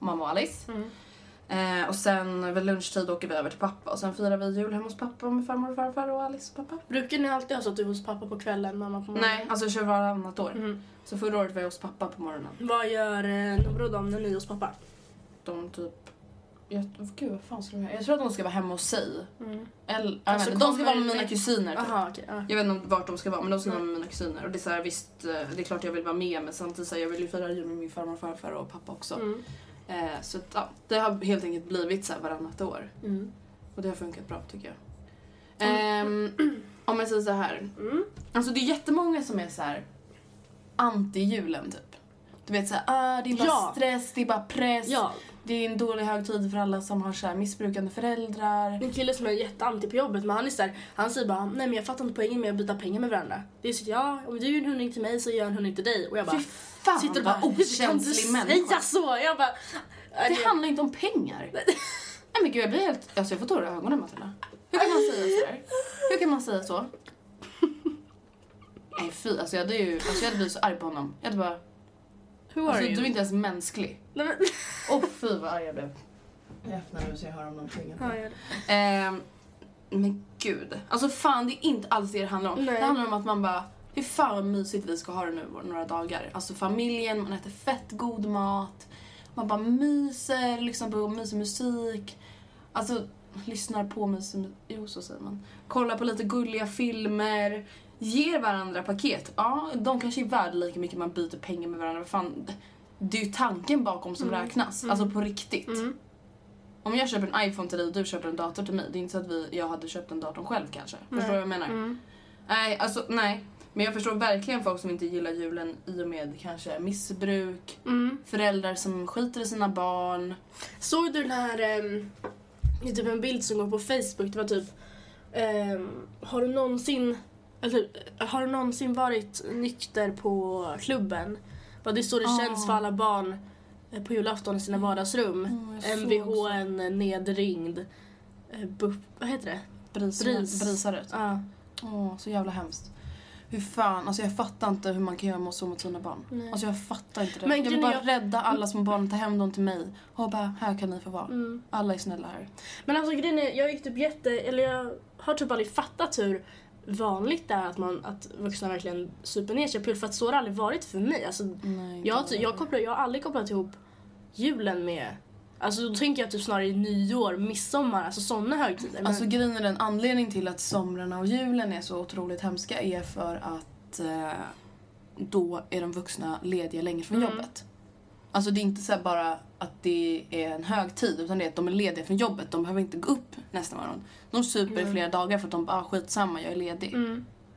Speaker 4: Och mamma och Alice.
Speaker 3: Mm.
Speaker 4: Eh, och sen vid lunchtid åker vi över till pappa och sen firar vi jul hemma hos pappa med farmor och farfar och Alice och pappa.
Speaker 3: Brukar ni alltid ha så att du är hos pappa på kvällen, mamma på morgonen?
Speaker 4: Nej, alltså jag kör varannat
Speaker 3: Mm.
Speaker 4: år. Så förra året var jag hos pappa på morgonen.
Speaker 3: Vad gör eh, Nora och dem när ni är hos pappa?
Speaker 4: De typ... Jag, gud, vad fan ska de göra? Jag tror att de ska vara hemma hos sig. Eller, jag
Speaker 3: Alltså,
Speaker 4: vet, inte, de
Speaker 3: kommer-
Speaker 4: ska
Speaker 3: Mm.
Speaker 4: vara med mina kusiner. Typ.
Speaker 3: Jaha okej. ja.
Speaker 4: Mm. Jag vet inte vart de ska vara men de ska vara med mina kusiner. Och det är så här, visst, eh, det är klart jag vill vara med men samtidigt så här, jag vill ju fira jul med min farmor och farfar och pappa också.
Speaker 3: Mm.
Speaker 4: Eh, så att, ja, det har helt enkelt blivit så här varannat år.
Speaker 3: Mm.
Speaker 4: Och det har funkat bra tycker jag. Ehm, om jag säger så här. Alltså det är jättemånga som är så här anti julen typ. Du vet såhär, ah, det är bara
Speaker 3: Ja.
Speaker 4: stress, det är bara press.
Speaker 3: Ja.
Speaker 4: det är en dålig högtid för alla som har så här missbrukande föräldrar.
Speaker 3: En kille som är jätteanti på jobbet men han är så här, han säger bara nej men jag fattar inte poängen med att byta pengar med varandra. Det är så att, ja om du gör en hundring till mig så gör jag en hundring till dig och jag bara
Speaker 4: Fy fan,
Speaker 3: sitter och
Speaker 4: vad
Speaker 3: bara "Oj, kan du
Speaker 4: okänslig människa."
Speaker 3: säga så? Jag bara
Speaker 4: Det
Speaker 3: Alltså,
Speaker 4: handlar inte om pengar. Nej men gud jag blir helt, alltså jag får tårar i ögonen Matilda. Hur kan man säga sådär? Hur kan man säga så? Nej fy, alltså jag hade ju, alltså jag hade blivit så arg på honom. Jag hade bara,
Speaker 3: Who
Speaker 4: alltså
Speaker 3: are
Speaker 4: du är
Speaker 3: you?
Speaker 4: inte ens mänsklig.
Speaker 3: Nej, men-
Speaker 4: Åh fy vad arg jag blev. Jag öppnar nu så jag hör om någonting.
Speaker 3: Ja, jag gör det.
Speaker 4: Ehm, men gud. Alltså fan det är inte alls det det handlar om.
Speaker 3: Nej.
Speaker 4: Det handlar om att man bara, hur fan vad mysigt vi ska ha det nu några dagar. Alltså familjen, man äter fett god mat. Man bara myser, lyssnar på mysig musik. Alltså lyssnar på mysig musik. Jo så säger man. Kollar på lite gulliga filmer. Ger varandra paket. Ja, de kanske är värda lika mycket man byter pengar med varandra. Vad Fan, det är ju tanken bakom som räknas. Alltså på riktigt. Om jag köper en iPhone till dig och du köper en dator till mig, det är inte så att vi, jag hade köpt en dator själv kanske. Förstår du vad jag menar?
Speaker 3: Mm.
Speaker 4: Nej, alltså nej. Men jag förstår verkligen folk som inte gillar julen i och med kanske missbruk, föräldrar som skiter i sina barn.
Speaker 3: Mm. Såg du den här, ehm, det är typ en bild som går på Facebook, det var typ ehm, har du någonsin eller, eh, har du någonsin varit nykter på klubben? Vad det är så det känns för alla barn eh, på julafton i sina vardagsrum.
Speaker 4: Mm, jag såg
Speaker 3: Mvh en nedringd. eh, Buff, vad heter det?
Speaker 4: Bris,
Speaker 3: Bris.
Speaker 4: Brisaret.
Speaker 3: Ja.
Speaker 4: Åh, så jävla hemskt. Hur fan, alltså jag fattar inte hur man kan göra så mot sina barn. Alltså jag fattar inte det.
Speaker 3: Men
Speaker 4: Men jag vill
Speaker 3: grejen
Speaker 4: bara
Speaker 3: är jag-
Speaker 4: rädda alla små barn och ta hem dem till mig. Och bara, här kan ni få vara.
Speaker 3: Mm.
Speaker 4: Alla är snälla här.
Speaker 3: Men alltså grejen är, jag gick typ jätte, eller jag har typ aldrig fattat hur vanligt det är att, man, att vuxna verkligen super ner sig på jul, för att så har det aldrig varit för mig. Alltså, jag, har ty- jag, kopplar, jag har aldrig kopplat ihop julen med, alltså då tänker jag typ snarare nyår, midsommar, alltså sådana högtider. Men,
Speaker 4: Alltså grejen är den anledning till att somrarna och julen är så otroligt hemska är för att eh, då är de vuxna lediga länge från jobbet. Alltså det är inte så här bara att det är en hög tid utan det är att de är lediga från jobbet. De behöver inte gå upp nästa morgon. De super i flera dagar för att de bara ah, skitsamma jag är ledig.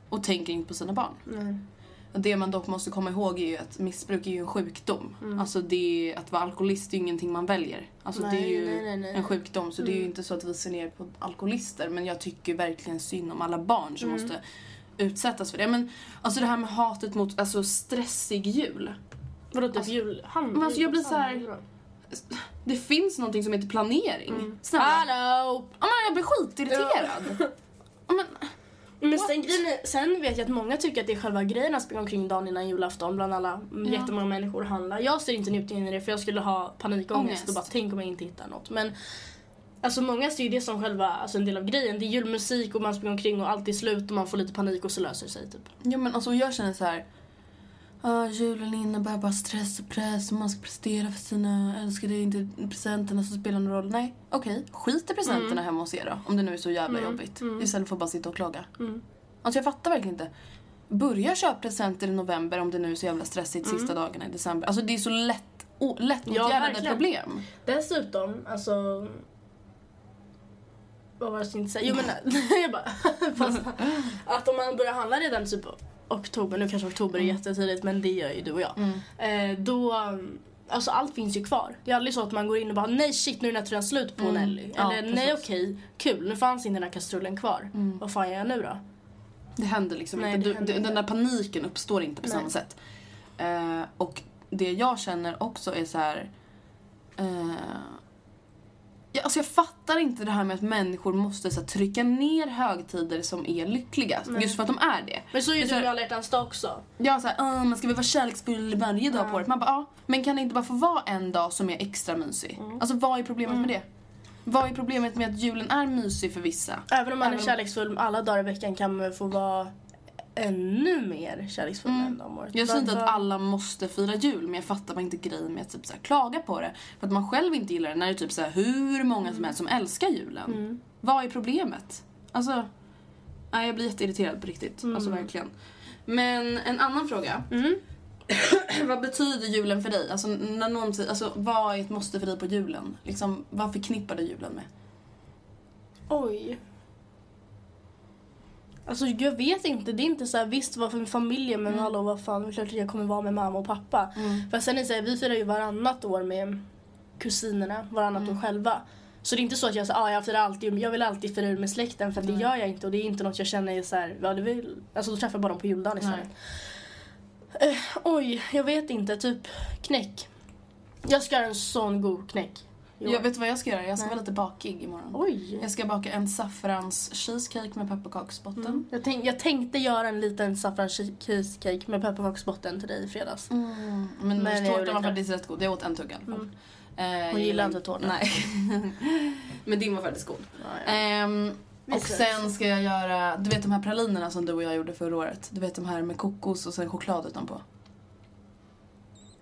Speaker 4: Och tänker inte på sina barn. Det man dock måste komma ihåg är ju att missbruk är ju en sjukdom.
Speaker 3: Mm.
Speaker 4: Alltså det är, att vara alkoholist är ju ingenting man väljer. Alltså det är ju
Speaker 3: nej, nej, Mm. nej.
Speaker 4: en sjukdom så det är ju inte så att vi ser ner på alkoholister men jag tycker verkligen synd om alla barn som
Speaker 3: Mm.
Speaker 4: måste utsättas för det. Men alltså det här med hatet mot alltså stressig jul.
Speaker 3: vadå typ jul? Han,
Speaker 4: Men alltså jag blir så här. Det finns någonting som heter planering.
Speaker 3: Mm.
Speaker 4: Snälla.
Speaker 3: Hallå!
Speaker 4: Ja, men jag blir skitirriterad. Ja, men,
Speaker 3: Men sen, grejen är, sen vet jag att många tycker att det är själva grejen att springa omkring dagen innan julafton bland alla mm, jättemånga människor och handla. Jag ser inte njutningen i det för jag skulle ha panikångest
Speaker 4: Ångest.
Speaker 3: och bara tänk om jag inte hittar något. Men alltså många ser ju det som själva, alltså en del av grejen. Det är julmusik och man springer omkring och allt är slut och man får lite panik och så löser det sig typ.
Speaker 4: Ja men alltså jag känner så här. ah, julen innebär bara stress och press och man ska prestera för sina älskade. Det är inte presenterna som spelar någon roll. Nej, okej. Skit i presenterna hemma hos er då. Om det nu är så jävla jobbigt. Istället för att bara sitta och klaga. Alltså jag fattar verkligen inte. Börja köpa presenter i november om det nu är så jävla stressigt sista dagarna i december. Alltså det är så lätt, å- lättåtgärdade
Speaker 3: verkligen.
Speaker 4: problem.
Speaker 3: Dessutom, alltså... Vad var det jag tänkte säga? Jo men jag bara... fast- att om man börjar handla redan typ oktober, nu kanske oktober är jättetidigt men det gör ju du och jag. Eh, då... Alltså allt finns ju kvar. Det är aldrig så att man går in och bara nej shit nu är den här tröjan slut på Nelly.
Speaker 4: Ja,
Speaker 3: Eller
Speaker 4: precis.
Speaker 3: nej okej, kul nu fanns inte den här kastrullen kvar. Vad fan gör jag nu då?
Speaker 4: Det händer liksom
Speaker 3: Nej,
Speaker 4: inte.
Speaker 3: det
Speaker 4: Du,
Speaker 3: händer
Speaker 4: du-
Speaker 3: inte.
Speaker 4: Den där paniken uppstår inte på samma sätt. Eh, och det jag känner också är så här... Eh, jag, alltså jag fattar inte det här med att människor måste så här, trycka ner högtider som är lyckliga. Just för att de är det.
Speaker 3: Men så är ju
Speaker 4: Det
Speaker 3: du
Speaker 4: här-
Speaker 3: med alla hjärtans dag också.
Speaker 4: jag såhär, "Åh, man ska väl vara kärleksfull varje dag på året. Man bara, ja. Men kan det inte bara få vara en dag som är extra mysig?
Speaker 3: Mm.
Speaker 4: Alltså vad är problemet med det? Vad är problemet med att julen är mysig för vissa?
Speaker 3: Även om man är kärleksfull alla dagar i veckan kan man få vara ännu mer kärleksfull än de året.
Speaker 4: Jag säger inte
Speaker 3: Vad-
Speaker 4: att alla måste fira jul men jag fattar bara inte grejen med att typ så här, klaga på det. För att man själv inte gillar det när det är typ så här, hur många som helst som älskar julen. Vad är problemet? Alltså, nej, jag blir jätteirriterad på riktigt. Alltså verkligen. Men en annan fråga. vad betyder julen för dig? Alltså, när någon säger, alltså, vad är ett måste för dig på julen? Liksom, vad förknippar du julen med?
Speaker 3: Oj. Alltså jag vet inte, det är inte så här, visst vad för familjen
Speaker 4: Mm.
Speaker 3: men hallå vad fan, det är klart att jag kommer vara med mamma och pappa. För sen är det så här, vi firar ju varannat år med kusinerna varannat
Speaker 4: Mm.
Speaker 3: år själva. Så det är inte så att jag säger ah, jag firar alltid, jag vill alltid fira ur med släkten för att det gör jag inte och det är inte något jag känner är så här, ja, det vill, alltså då träffar jag bara dem på juldagen istället. Eh, oj, jag vet inte, typ knäck. Jag ska göra en sån god knäck. i år.
Speaker 4: Jag vet vad jag ska göra? Jag ska vara lite bakig imorgon.
Speaker 3: Oj.
Speaker 4: Jag ska baka en saffrans cheesecake med pepparkaksbotten.
Speaker 3: Jag, tänk, jag tänkte göra en liten saffran che- cheesecake med pepparkaksbotten till dig i fredags.
Speaker 4: Men,
Speaker 3: Men
Speaker 4: men
Speaker 3: jag Mm. gjorde
Speaker 4: tårtan var
Speaker 3: inte. Mm.
Speaker 4: faktiskt rätt god. Jag åt en tugga i alla fall. Eh,
Speaker 3: Hon gillar inte tårta.
Speaker 4: Nej. men din var faktiskt god.
Speaker 3: ja.
Speaker 4: Ehm, och
Speaker 3: ses.
Speaker 4: sen ska jag göra, du vet de här pralinerna som du och jag gjorde förra året? Du vet de här med kokos och sen choklad utanpå?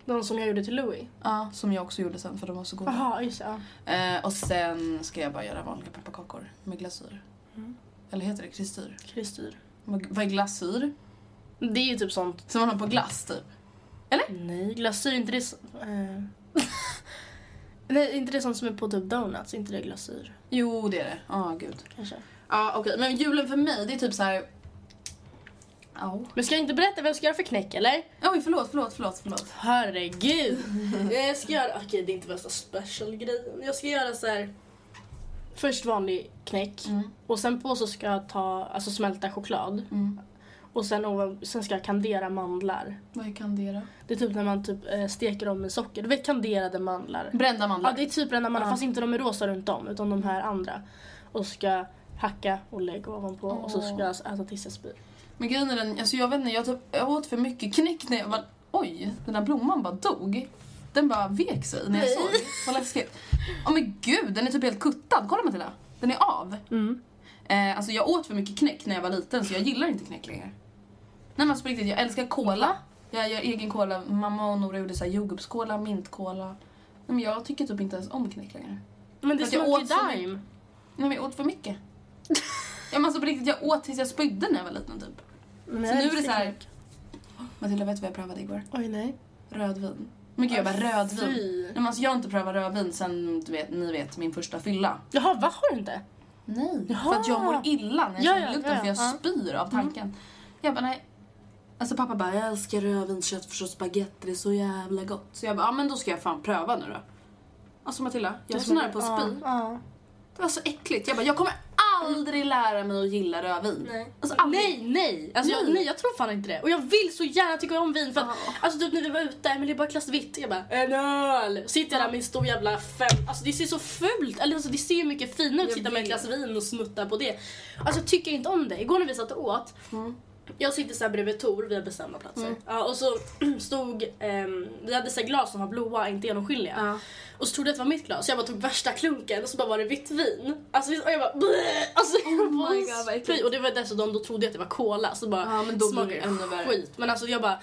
Speaker 3: De som jag gjorde till Louis.
Speaker 4: Ja, som jag också gjorde sen för de var så goda.
Speaker 3: Jaha, just det. Ja.
Speaker 4: Eh, och sen ska jag bara göra vanliga pepparkakor med glasyr.
Speaker 3: Mm.
Speaker 4: Eller heter det kristyr?
Speaker 3: Kristyr.
Speaker 4: Vad vad är glasyr?
Speaker 3: Det är ju typ sånt.
Speaker 4: Som man har på glass typ.
Speaker 3: Nej, glasyr, inte det så, eh. Nej, inte det sånt som är på typ donuts, inte det glasyr.
Speaker 4: Jo, det är det. Ja, gud.
Speaker 3: Kanske.
Speaker 4: Ja, okej. Men julen för mig, det är typ så här... Au.
Speaker 3: Men ska jag inte berätta vad jag ska göra för knäck eller?
Speaker 4: Oj, förlåt, förlåt, förlåt, förlåt.
Speaker 3: Herregud! jag ska göra, okej det är inte värsta specialgrejen. Jag ska göra så här. Mm. Först vanlig knäck och sen på så ska jag ta, alltså smälta choklad. Och sen, ovan, sen ska jag kandera mandlar.
Speaker 4: Vad är kandera?
Speaker 3: Det är typ när man typ eh, steker dem med socker. Du vet kanderade mandlar.
Speaker 4: Brända mandlar.
Speaker 3: Ja, det är typ brända mandlar fast inte de med rosa runt om utan de här andra. Och så ska jag hacka och lägga ovanpå och så ska jag äta tills jag spyr.
Speaker 4: Men grejen är den, alltså jag vet inte, jag, typ, jag åt för mycket knäck när jag var... Oj, den där blomman bara dog. Den bara vek sig när jag såg. Vad läskigt. Åh men gud, den är typ helt kuttad. Kolla Matilda. Den är av.
Speaker 3: Mm.
Speaker 4: Eh, alltså jag åt för mycket knäck när jag var liten så jag gillar inte knäck längre. Nej men alltså på riktigt, jag älskar cola. Jag gör egen cola. Mamma och Nora gjorde så här jordgubbscola, mintcola. Nej men jag tycker typ inte ens om knäck längre.
Speaker 3: Men det
Speaker 4: För att jag
Speaker 3: smakar ju
Speaker 4: åt så mycket.
Speaker 3: daim.
Speaker 4: Nej men jag åt för mycket. ja men alltså på riktigt, jag åt tills jag spydde när jag var liten typ.
Speaker 3: Men
Speaker 4: Så nu är det
Speaker 3: riktigt
Speaker 4: så här...
Speaker 3: knäck.
Speaker 4: Matilda, vet du vad jag prövade igår?
Speaker 3: Oj nej.
Speaker 4: Rödvin. Men gud, jag bara rödvin.
Speaker 3: fy.
Speaker 4: Nej, men alltså, jag har inte prövat rödvin sen du vet, ni vet min första fylla.
Speaker 3: Jaha, vad har du inte?
Speaker 4: Nej. För att jag mår illa när
Speaker 3: Ja,
Speaker 4: jag känner
Speaker 3: ja,
Speaker 4: lukten
Speaker 3: ja,
Speaker 4: för jag
Speaker 3: ja. Mm.
Speaker 4: spyr av tanken. Jag bara nej. Alltså pappa bara jag älskar rödvin, köttfärssås, baguette, det är så jävla gott. Så jag bara ja men då ska jag fan pröva nu då. Alltså Matilda, jag var så nära på att spy. Det var så äckligt. Jag bara jag kommer aldrig lära mig att gilla rödvin.
Speaker 3: Nej.
Speaker 4: Alltså aldrig.
Speaker 3: Nej, nej. Alltså, Jag,
Speaker 4: Nej.
Speaker 3: nej, jag tror fan inte det. Och jag vill så gärna tycka om vin. För att, alltså, typ när vi var ute, men det är bara ett glas vitt. Jag bara, en öl. Sitter jag där med en stor jävla fem. Alltså det ser så fult, eller alltså det ser ju mycket finare ut att sitta med ett glas vin och smutta på det. Alltså jag tycker inte om det. Igår när vi satt och åt, jag sitter så här bredvid Tor, vi har bestämda platser.
Speaker 4: Mm.
Speaker 3: Ja, och så stod, ehm, vi hade så här glas som var blåa, inte genomskinliga. Och så trodde jag att det var mitt glas, så jag bara tog värsta klunken och så bara var det vitt vin. Alltså och jag bara bleh! Alltså jag bara
Speaker 4: Oh my God, vad äckligt.
Speaker 3: spy. Och det var dessutom, då trodde jag att det var cola så bara
Speaker 4: Ja, men då
Speaker 3: smakade
Speaker 4: blir det ännu värre.
Speaker 3: skit. Men alltså jag bara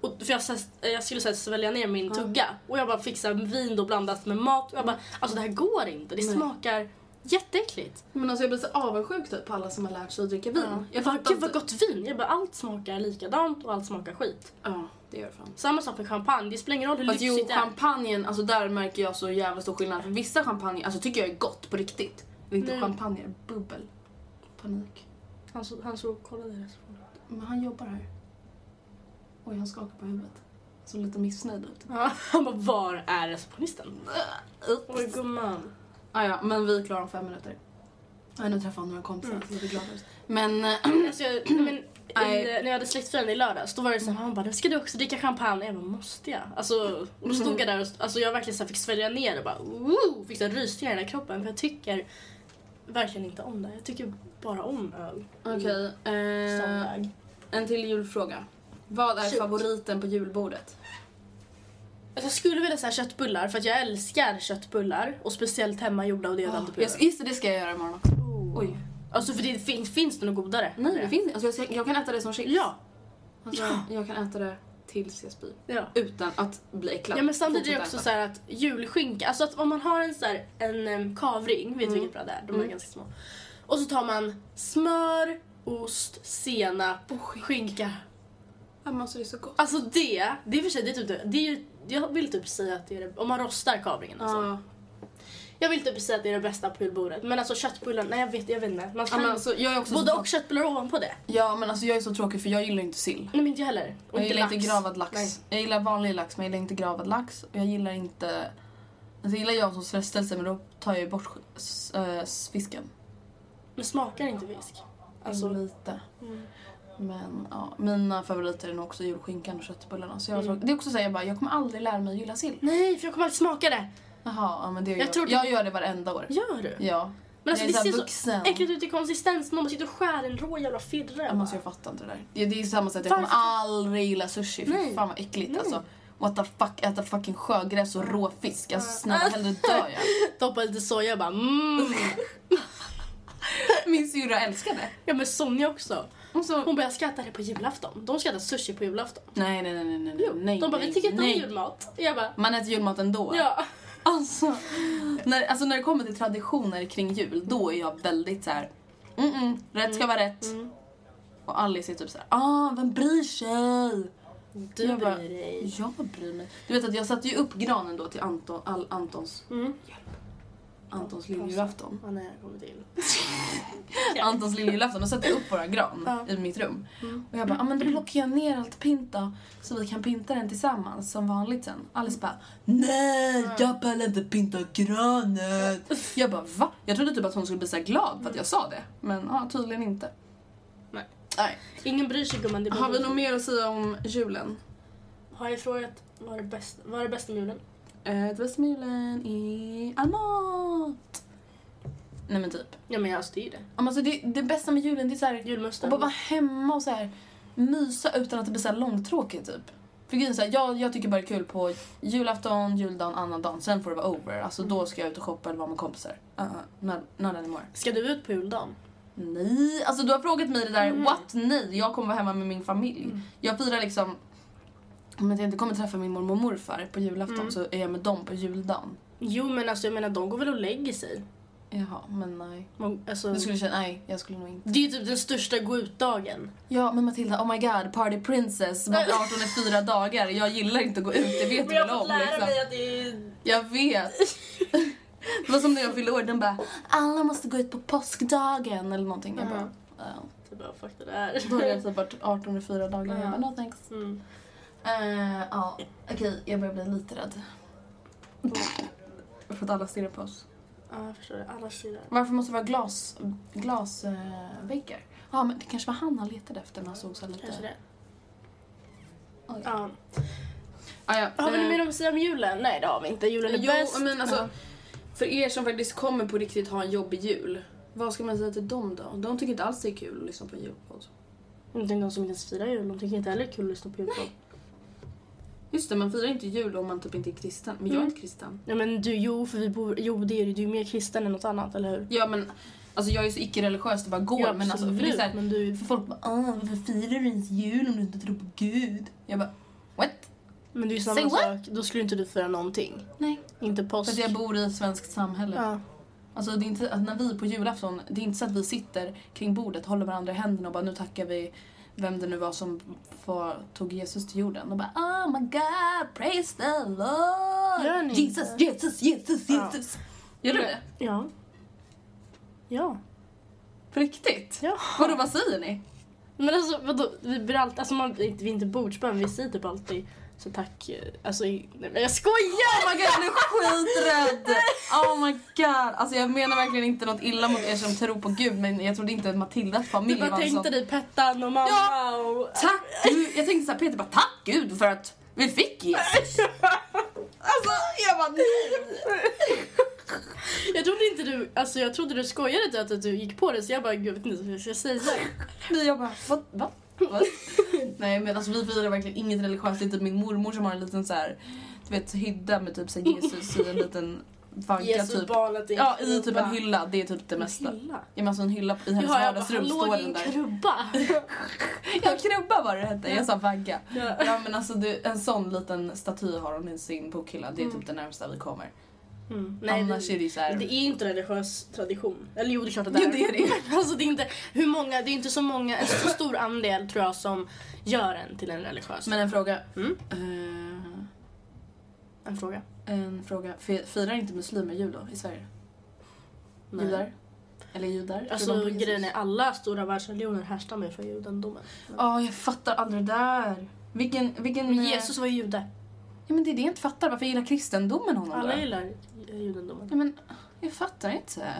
Speaker 3: och för jag, sa- jag skulle säga svälja ner min tugga och jag bara fixar vin då blandat med mat och jag bara alltså det här går inte, det smakar jätteäckligt.
Speaker 4: Men alltså jag blir så avundsjuk typ på alla som har lärt sig att dricka vin.
Speaker 3: Jag bara, Ah, gud vad gott vin! Jag bara, allt smakar likadant och allt smakar skit.
Speaker 4: Ja, det gör det fan.
Speaker 3: Samma sak med champagne, det spelar ingen roll hur
Speaker 4: Fast jo,
Speaker 3: lyxigt det är.
Speaker 4: champagnen, alltså där märker jag så jävla stor skillnad. För vissa champagne, alltså tycker jag är gott på riktigt. Det är inte champagne, bubbel. Panik.
Speaker 3: Han, så- han såg, kolla deras
Speaker 4: Men han jobbar här. Oj, han skakar på huvudet. Så lite missnöjd ut.
Speaker 3: Han bara, var är receptionisten? Oj gumman.
Speaker 4: Ah, ja, men vi är klara om fem minuter. Jag har nu träffat några kompisar
Speaker 3: Mm.
Speaker 4: så jag blir glad ut. Men eh,
Speaker 3: Alltså, jag, nej, men, i,
Speaker 4: Nej.
Speaker 3: när jag hade släktfirande i lördags då var det så här, han bara, ska du också dricka champagne? Jag bara, måste jag? Alltså, och då stod jag där och alltså, jag verkligen så här, fick svälja ner och bara, woo, fick så här rysningar i hela kroppen för jag tycker verkligen inte om det. Jag tycker bara om öl.
Speaker 4: okej. eh,
Speaker 3: Söndag. Alltså,
Speaker 4: en till julfråga. Vad är favoriten på julbordet?
Speaker 3: Alltså, jag skulle vilja säga köttbullar för att jag älskar köttbullar och speciellt hemmagjorda och det är jag alltid på
Speaker 4: Ah, Jag,
Speaker 3: julen.
Speaker 4: just det, det ska jag göra imorgon också. Oj.
Speaker 3: Alltså för det finns, finns det något godare?
Speaker 4: Nej, det finns alltså, jag, ska, jag kan äta det som chips.
Speaker 3: Ja.
Speaker 4: Alltså, Jag kan äta det tills jag spyr.
Speaker 3: Ja.
Speaker 4: Utan att bli äcklad.
Speaker 3: Ja men samtidigt är det också
Speaker 4: Fortsätta
Speaker 3: så
Speaker 4: äta.
Speaker 3: här att julskinka, alltså att om man har en så här, en em, kavring,
Speaker 4: Mm.
Speaker 3: vet du vilket bröd det är? De är ganska små. Och så tar man smör, ost, senap, skinka.
Speaker 4: Ja, men alltså det är så gott.
Speaker 3: Alltså det, det är för sig, det är typ det, det är ju, jag vill typ säga att det är det, om man rostar kavringen alltså.
Speaker 4: Ja.
Speaker 3: Jag vill typ säga att det är det bästa på julbordet. Men alltså köttbullen, nej jag vet, jag vet inte. Man
Speaker 4: Ja,
Speaker 3: kan,
Speaker 4: men alltså, jag är också
Speaker 3: både
Speaker 4: så
Speaker 3: och köttbullar ovanpå det.
Speaker 4: Ja men alltså jag är så tråkig för jag gillar inte sill.
Speaker 3: Nej men inte jag heller. Och
Speaker 4: Jag gillar
Speaker 3: lax.
Speaker 4: inte gravad lax.
Speaker 3: Nej.
Speaker 4: Jag gillar vanlig lax men jag gillar inte gravad lax. Och jag gillar inte Alltså, jag gillar Janssons frestelse men då tar jag ju bort s- eh, fisken.
Speaker 3: Men smakar inte fisk?
Speaker 4: Alltså
Speaker 3: Mm.
Speaker 4: lite. Men ja, mina favoriter är nog också julskinkan och köttbullarna.
Speaker 3: Mm.
Speaker 4: Så jag har svårt- Det är också så här, jag bara, jag kommer aldrig lära mig att gilla sill.
Speaker 3: Nej, för jag kommer aldrig smaka det.
Speaker 4: Jaha, ja, men det gör
Speaker 3: Jag
Speaker 4: jag.
Speaker 3: tror du-
Speaker 4: jag gör det varenda år.
Speaker 3: Gör du?
Speaker 4: Ja.
Speaker 3: Men alltså,
Speaker 4: jag är
Speaker 3: det
Speaker 4: så här
Speaker 3: ser
Speaker 4: vuxen.
Speaker 3: så äckligt ut i konsistensen om man sitter och skär en rå jävla firre.
Speaker 4: Ja, men alltså, jag fattar inte det där. Det, det är samma sätt, jag
Speaker 3: Varför
Speaker 4: kommer aldrig gilla sushi. Fy
Speaker 3: Nej.
Speaker 4: fan vad äckligt
Speaker 3: Nej.
Speaker 4: alltså. What the fuck, äta fucking sjögräs och råfisk. Alltså snälla hellre dör jag.
Speaker 3: Doppa lite soja bara mm.
Speaker 4: Min syrra älskar det.
Speaker 3: Ja men Sonja också.
Speaker 4: Hon så...
Speaker 3: Hon började skratta det på julafton. De skrattar sushi på julafton.
Speaker 4: Nej, nej, nej, nej, nej.
Speaker 3: Jo,
Speaker 4: nej
Speaker 3: de bara
Speaker 4: nej,
Speaker 3: vi tycker inte om
Speaker 4: nej. Mm.
Speaker 3: julmat. Jag bara
Speaker 4: Man äter julmat ändå.
Speaker 3: ja.
Speaker 4: Alltså, när, alltså när det kommer till traditioner kring jul, då är jag väldigt så här. Mm -mm, rätt ska vara rätt.
Speaker 3: mm.
Speaker 4: Och Alice är typ så här, ah, vem bryr sig?
Speaker 3: Du
Speaker 4: jag bara,
Speaker 3: bryr dig.
Speaker 4: Jag bryr mig. Du vet att jag satte ju upp granen då till Anton, all, Antons,
Speaker 3: Mm.
Speaker 4: Antons lilljulafton.
Speaker 3: Vad nära jag kommer till.
Speaker 4: Antons lilljulafton, då satte jag upp våra gran i mitt rum. Och jag bara, ah, men då plockar jag ner allt pynt då, så vi kan pynta den tillsammans som vanligt sen. Alice bara, nej jag pallar inte pynta granen. Jag bara, va? Jag trodde typ att hon skulle bli så här glad för att jag sa det. Men ja, tydligen inte.
Speaker 3: Nej.
Speaker 4: Nej.
Speaker 3: Ingen bryr sig gumman. Det är bara
Speaker 4: Har vi
Speaker 3: du.
Speaker 4: något mer att säga om julen?
Speaker 3: Har jag frågat vad är det bästa, vad är det bästa med julen?
Speaker 4: Eh, Det bästa med julen är all mat. Nej men typ.
Speaker 3: Ja men jag styr det.
Speaker 4: Ja, men Alltså det, det bästa med julen det är så här,
Speaker 3: Julmusten.
Speaker 4: Och bara vara hemma och så här mysa utan att det blir så här långtråkigt typ. För grejen är så här, jag, jag tycker bara det är kul på julafton, juldagen, annandagen. Sen får det vara over. Alltså då ska jag ut och shoppa eller vara med kompisar. Uh, not, not anymore.
Speaker 3: Ska du ut på juldagen?
Speaker 4: Nej, alltså du har frågat mig det där what? Nej, jag kommer vara hemma med min familj. Jag firar liksom om jag inte kommer träffa min mormor och morfar på julafton så är jag med dem på juldagen.
Speaker 3: Jo men alltså jag menar de går väl och lägger sig.
Speaker 4: Jaha, men nej.
Speaker 3: Man, alltså,
Speaker 4: Du skulle känna, nej jag skulle nog inte.
Speaker 3: Det är ju typ den största gå ut-dagen.
Speaker 4: Ja, men Matilda, oh my god, party princess, vart 18 är fyra dagar. Jag gillar inte att gå ut, det vet du väl om. Liksom.
Speaker 3: att det är...
Speaker 4: Jag vet. Det var som när jag fyllde år, den bara, alla måste gå ut på påskdagen eller någonting. Jag bara, well.
Speaker 3: Typ bara fuck det där.
Speaker 4: Då har jag typ varit 18 i fyra dagar. Jag
Speaker 3: Ja.
Speaker 4: bara, no thanks.
Speaker 3: Mm.
Speaker 4: Eh, ja, okej, jag börjar bli lite rädd. För att alla stirrar på oss.
Speaker 3: Ja jag förstår det, alla syrror.
Speaker 4: Varför måste det vara glas, glasväggar? Ja, men det kanske var han han letade efter när han såg så här lite...
Speaker 3: Kanske det.
Speaker 4: Oj.
Speaker 3: Ja.
Speaker 4: Ah, ja.
Speaker 3: Har vi
Speaker 4: eh,
Speaker 3: något mer att säga om julen? Nej det har vi inte. Julen är
Speaker 4: Jo,
Speaker 3: bäst.
Speaker 4: men alltså för er som faktiskt kommer på riktigt ha en jobbig jul. Vad ska man säga till dem då? De tycker inte alls det är kul att lyssna på en julpodd.
Speaker 3: Men Det är de som inte ens firar jul. De tycker inte heller det är kul att lyssna på julpodd.
Speaker 4: Just det, man firar inte jul om man typ inte är kristen. Men jag är inte kristen.
Speaker 3: Ja men du, jo för vi bor... Jo det är du. Du är mer kristen än något annat, eller hur?
Speaker 4: Ja men alltså jag är så icke-religiös det bara går.
Speaker 3: Ja,
Speaker 4: men alltså för
Speaker 3: absolut,
Speaker 4: det är så här,
Speaker 3: men du-
Speaker 4: för folk bara ah, varför firar du ens jul om du inte tror på Gud? Jag bara what?
Speaker 3: Men det är ju
Speaker 4: Say
Speaker 3: samma
Speaker 4: what?
Speaker 3: sak. Då skulle inte du fira någonting.
Speaker 4: Nej.
Speaker 3: Inte
Speaker 4: För
Speaker 3: påsk.
Speaker 4: att jag bor i ett svenskt samhälle.
Speaker 3: Ja.
Speaker 4: Alltså det är inte att när vi är på julafton, det är inte så att vi sitter kring bordet, håller varandra i händerna och bara nu tackar vi vem det nu var som var, tog Jesus till jorden. Och bara oh my god, praise the
Speaker 3: Gör
Speaker 4: Lord!
Speaker 3: ni
Speaker 4: Jesus, Jesus, Jesus, Jesus. Gör du det?
Speaker 3: Ja. Ja.
Speaker 4: På riktigt?
Speaker 3: Ja.
Speaker 4: Vadå, vad säger ni?
Speaker 3: Men alltså vadå, vi blir alltid, alltså man, vi är inte bordsbön, vi säger typ alltid så tack, eh, alltså i- nej men jag skojar!
Speaker 4: Oh my god, jag är skiträdd! Oh my god. Alltså jag menar verkligen inte något illa mot er som tror på Gud men jag trodde inte att Matildas
Speaker 3: Du
Speaker 4: familj
Speaker 3: bara
Speaker 4: var en sån.
Speaker 3: tänkte dig Pettan och mamma
Speaker 4: Alltså. Ja.
Speaker 3: och...
Speaker 4: Tack Gud! Jag tänkte såhär Peter bara tack Gud för att vi fick Jesus. Alltså jag bara nej.
Speaker 3: Jag trodde inte du, alltså jag trodde du skojade till att, att du gick på det så jag bara gud jag vet inte vad jag ska säga.
Speaker 4: Nej jag bara vad? Va? Va? nej men alltså vi firar verkligen inget religiöst. Det är typ min mormor som har en liten så här, du vet hydda med typ så här Jesus i en liten vagga
Speaker 3: Jesus
Speaker 4: typ.
Speaker 3: barnet i en
Speaker 4: Ja i typ en
Speaker 3: krubba.
Speaker 4: hylla. Det är typ det mesta.
Speaker 3: hylla?
Speaker 4: Ja men alltså en hylla i hennes
Speaker 3: Ja, jag bara
Speaker 4: vardagsrum
Speaker 3: hallå
Speaker 4: står
Speaker 3: din
Speaker 4: den där.
Speaker 3: krubba!
Speaker 4: Ja, krubba var det hette. Jag sa vagga.
Speaker 3: Ja.
Speaker 4: Ja, men alltså det, en sån liten staty har hon i sin bokhylla. Det är typ det närmsta vi kommer.
Speaker 3: Mm. Nej,
Speaker 4: Annars är det ju så här-
Speaker 3: Det är inte religiös tradition. Eller jo det är klart att det
Speaker 4: Jo,
Speaker 3: är.
Speaker 4: det är det.
Speaker 3: Men alltså det är inte, hur många, det är inte så många, en så stor andel tror jag som gör en till en religiös.
Speaker 4: Men en fråga.
Speaker 3: Mm.
Speaker 4: Eh,
Speaker 3: en fråga.
Speaker 4: en fråga. Fi- Firar inte muslimer jul då i Sverige?
Speaker 3: Nej.
Speaker 4: Judar? Eller judar? Tror
Speaker 3: Alltså
Speaker 4: de på
Speaker 3: grejen är
Speaker 4: Jesus?
Speaker 3: alla stora världsreligioner härstammar ju från judendomen.
Speaker 4: Ja, jag fattar aldrig det där. Vilken, vilken...
Speaker 3: Men
Speaker 4: eh,
Speaker 3: Jesus var ju jude.
Speaker 5: Ja men det är det jag inte fattar. Varför gillar kristendomen honom
Speaker 3: Alla
Speaker 5: då?
Speaker 3: gillar judendomen.
Speaker 5: Ja, men jag fattar inte.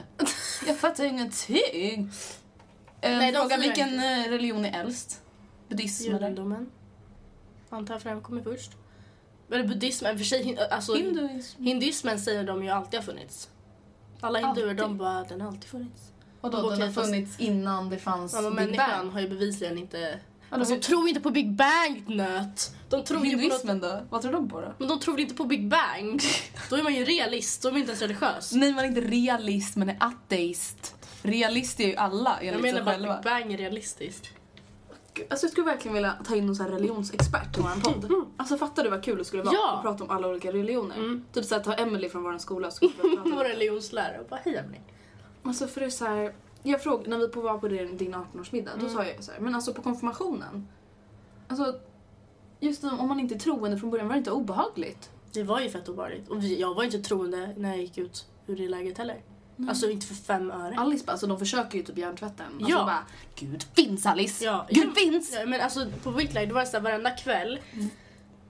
Speaker 5: Jag fattar ingenting. Eh,
Speaker 3: Nej, de
Speaker 5: fråga
Speaker 3: firar
Speaker 5: vilken eh, religion är äldst? Buddhism eller?
Speaker 3: Judendomen. Antar jag för den kommer först. Eller buddhismen, för sig, alltså,
Speaker 5: Hinduism?
Speaker 3: hinduismen säger de ju alltid har funnits. Alla hinduer de
Speaker 5: Alltid?
Speaker 3: bara, den har alltid funnits.
Speaker 5: Vadå,
Speaker 3: Okej,
Speaker 5: den har
Speaker 3: fast-
Speaker 5: funnits innan det fanns
Speaker 3: Ja, men
Speaker 5: Alltså, Big Bang?
Speaker 3: människan har ju bevisligen inte...
Speaker 5: de-
Speaker 3: Alltså, de tror inte på Big Bang, nöt! De tror ju på något,
Speaker 5: Hinduismen då? Vad tror de på då?
Speaker 3: men de tror väl inte på Big Bang? Då är man ju realist, då är man inte ens religiös.
Speaker 5: Nej, man är inte realist, man är ateist. Realist är ju alla
Speaker 3: Jag
Speaker 5: enligt
Speaker 3: menar
Speaker 5: sig
Speaker 3: bara att
Speaker 5: liksom själva.
Speaker 3: Big Bang är realistiskt.
Speaker 4: Alltså jag skulle verkligen vilja ta in någon sån här religionsexpert till våran podd. Alltså fattar du vad kul det skulle vara
Speaker 3: Ja.
Speaker 4: att prata om alla olika religioner? Typ såhär ta Emily från våran skola så skulle vi prata om
Speaker 3: Vår religionslärare bara, hej Emelie.
Speaker 4: Alltså för det är så här, jag frågade när vi på- var på din, din 18-årsmiddag, då sa jag så här, men alltså på konfirmationen. Alltså, just om om man inte är troende från början, var det inte obehagligt?
Speaker 3: Det var ju fett obehagligt. Och vi, jag var inte troende när jag gick ut ur det läget heller. Alltså inte för fem öre.
Speaker 4: Alice bara, alltså de försöker ju typ hjärntvätta en. Alltså
Speaker 3: Ja.
Speaker 4: bara,
Speaker 5: Gud finns Alice!
Speaker 3: Ja,
Speaker 5: Gud
Speaker 3: jag-
Speaker 5: finns!
Speaker 3: Ja, men alltså på Whitlight det var så här varenda kväll.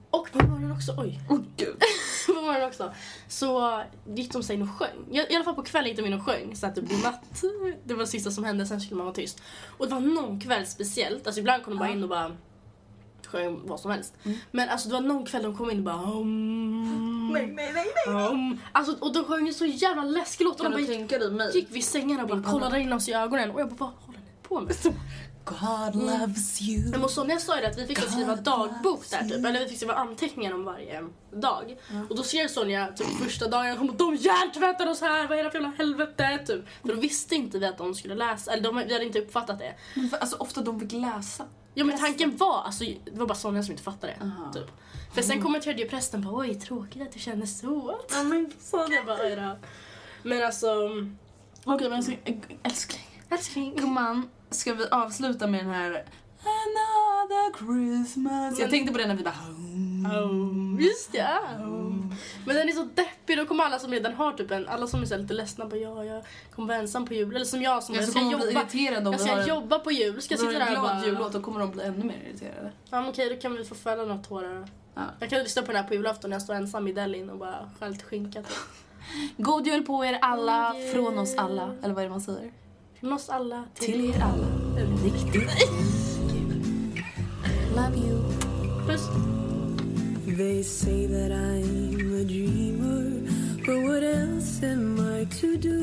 Speaker 3: Och på morgonen också, oj. på morgonen också. Så gick de sig in och sjöng. I, I alla fall på kvällen gick de in och sjöng så att det blev natt. Det var det sista som hände, sen skulle man vara tyst. Och det var någon kväll speciellt, alltså ibland kom de bara in och bara sjöng vad som helst. Men alltså det var någon kväll de kom in och bara um, nej, nej, nej, nej. Alltså, och de sjöng ju så jävla läskig låt. Och de
Speaker 4: kan
Speaker 3: bara
Speaker 4: du
Speaker 3: gick,
Speaker 4: tänka dig mig?
Speaker 3: gick vid sängarna och bara kollade in oss i ögonen och jag bara vad håller ni på med?
Speaker 5: God
Speaker 4: Mm.
Speaker 5: loves you.
Speaker 3: Men och Sonja sa ju det att vi fick så skriva dagbok där typ, eller vi fick skriva anteckningar om varje dag. Och då skrev Sonja typ första dagen, hon bara de hjärntvättar oss här, vad är det för jävla helvete? Typ. För då visste inte vi att de skulle läsa, eller de, vi hade inte uppfattat det.
Speaker 4: Men för- Alltså ofta de fick läsa.
Speaker 3: Ja men tanken var, alltså det var bara Sonja som inte fattade det. Typ. För sen kommenterade ju prästen bara oj tråkigt att du känner så. Ja men Sonja bara oj då. Men alltså,
Speaker 5: Okej men älskling, älskling.
Speaker 3: älskling.
Speaker 5: Gumman, ska vi avsluta med den här Another Christmas? Jag tänkte på den när vi bara
Speaker 3: Oh, just det. Men den är så deppig, då kommer alla som redan har typ en, alla som är så här lite ledsna bara ja, jag kommer vara ensam på jul. Eller som jag som
Speaker 5: Ja,
Speaker 3: bara,
Speaker 5: så
Speaker 3: ska
Speaker 5: kommer de bli
Speaker 3: jobba, "Alltså,
Speaker 5: irriterade om
Speaker 3: jag
Speaker 5: vi har
Speaker 3: ska
Speaker 5: en-
Speaker 3: jobba på jul. Ska jag
Speaker 5: Då är
Speaker 3: sitta
Speaker 5: det
Speaker 3: där och
Speaker 5: glad
Speaker 3: bara,
Speaker 5: jullåt, då kommer de bli ännu mer irriterade.
Speaker 3: ja men okej då kan vi få fälla några tårar.
Speaker 5: Ja.
Speaker 3: Jag kan lyssna på den här på julafton när jag står ensam i Delhin och bara skär lite skinka typ.
Speaker 5: God jul på er alla,
Speaker 3: God jul.
Speaker 5: från oss alla. Eller vad är det man säger?
Speaker 3: Från oss alla till,
Speaker 5: Till er alla. En riktig Love you.
Speaker 3: Puss.
Speaker 6: They say that I'm a dreamer, but what else am I to do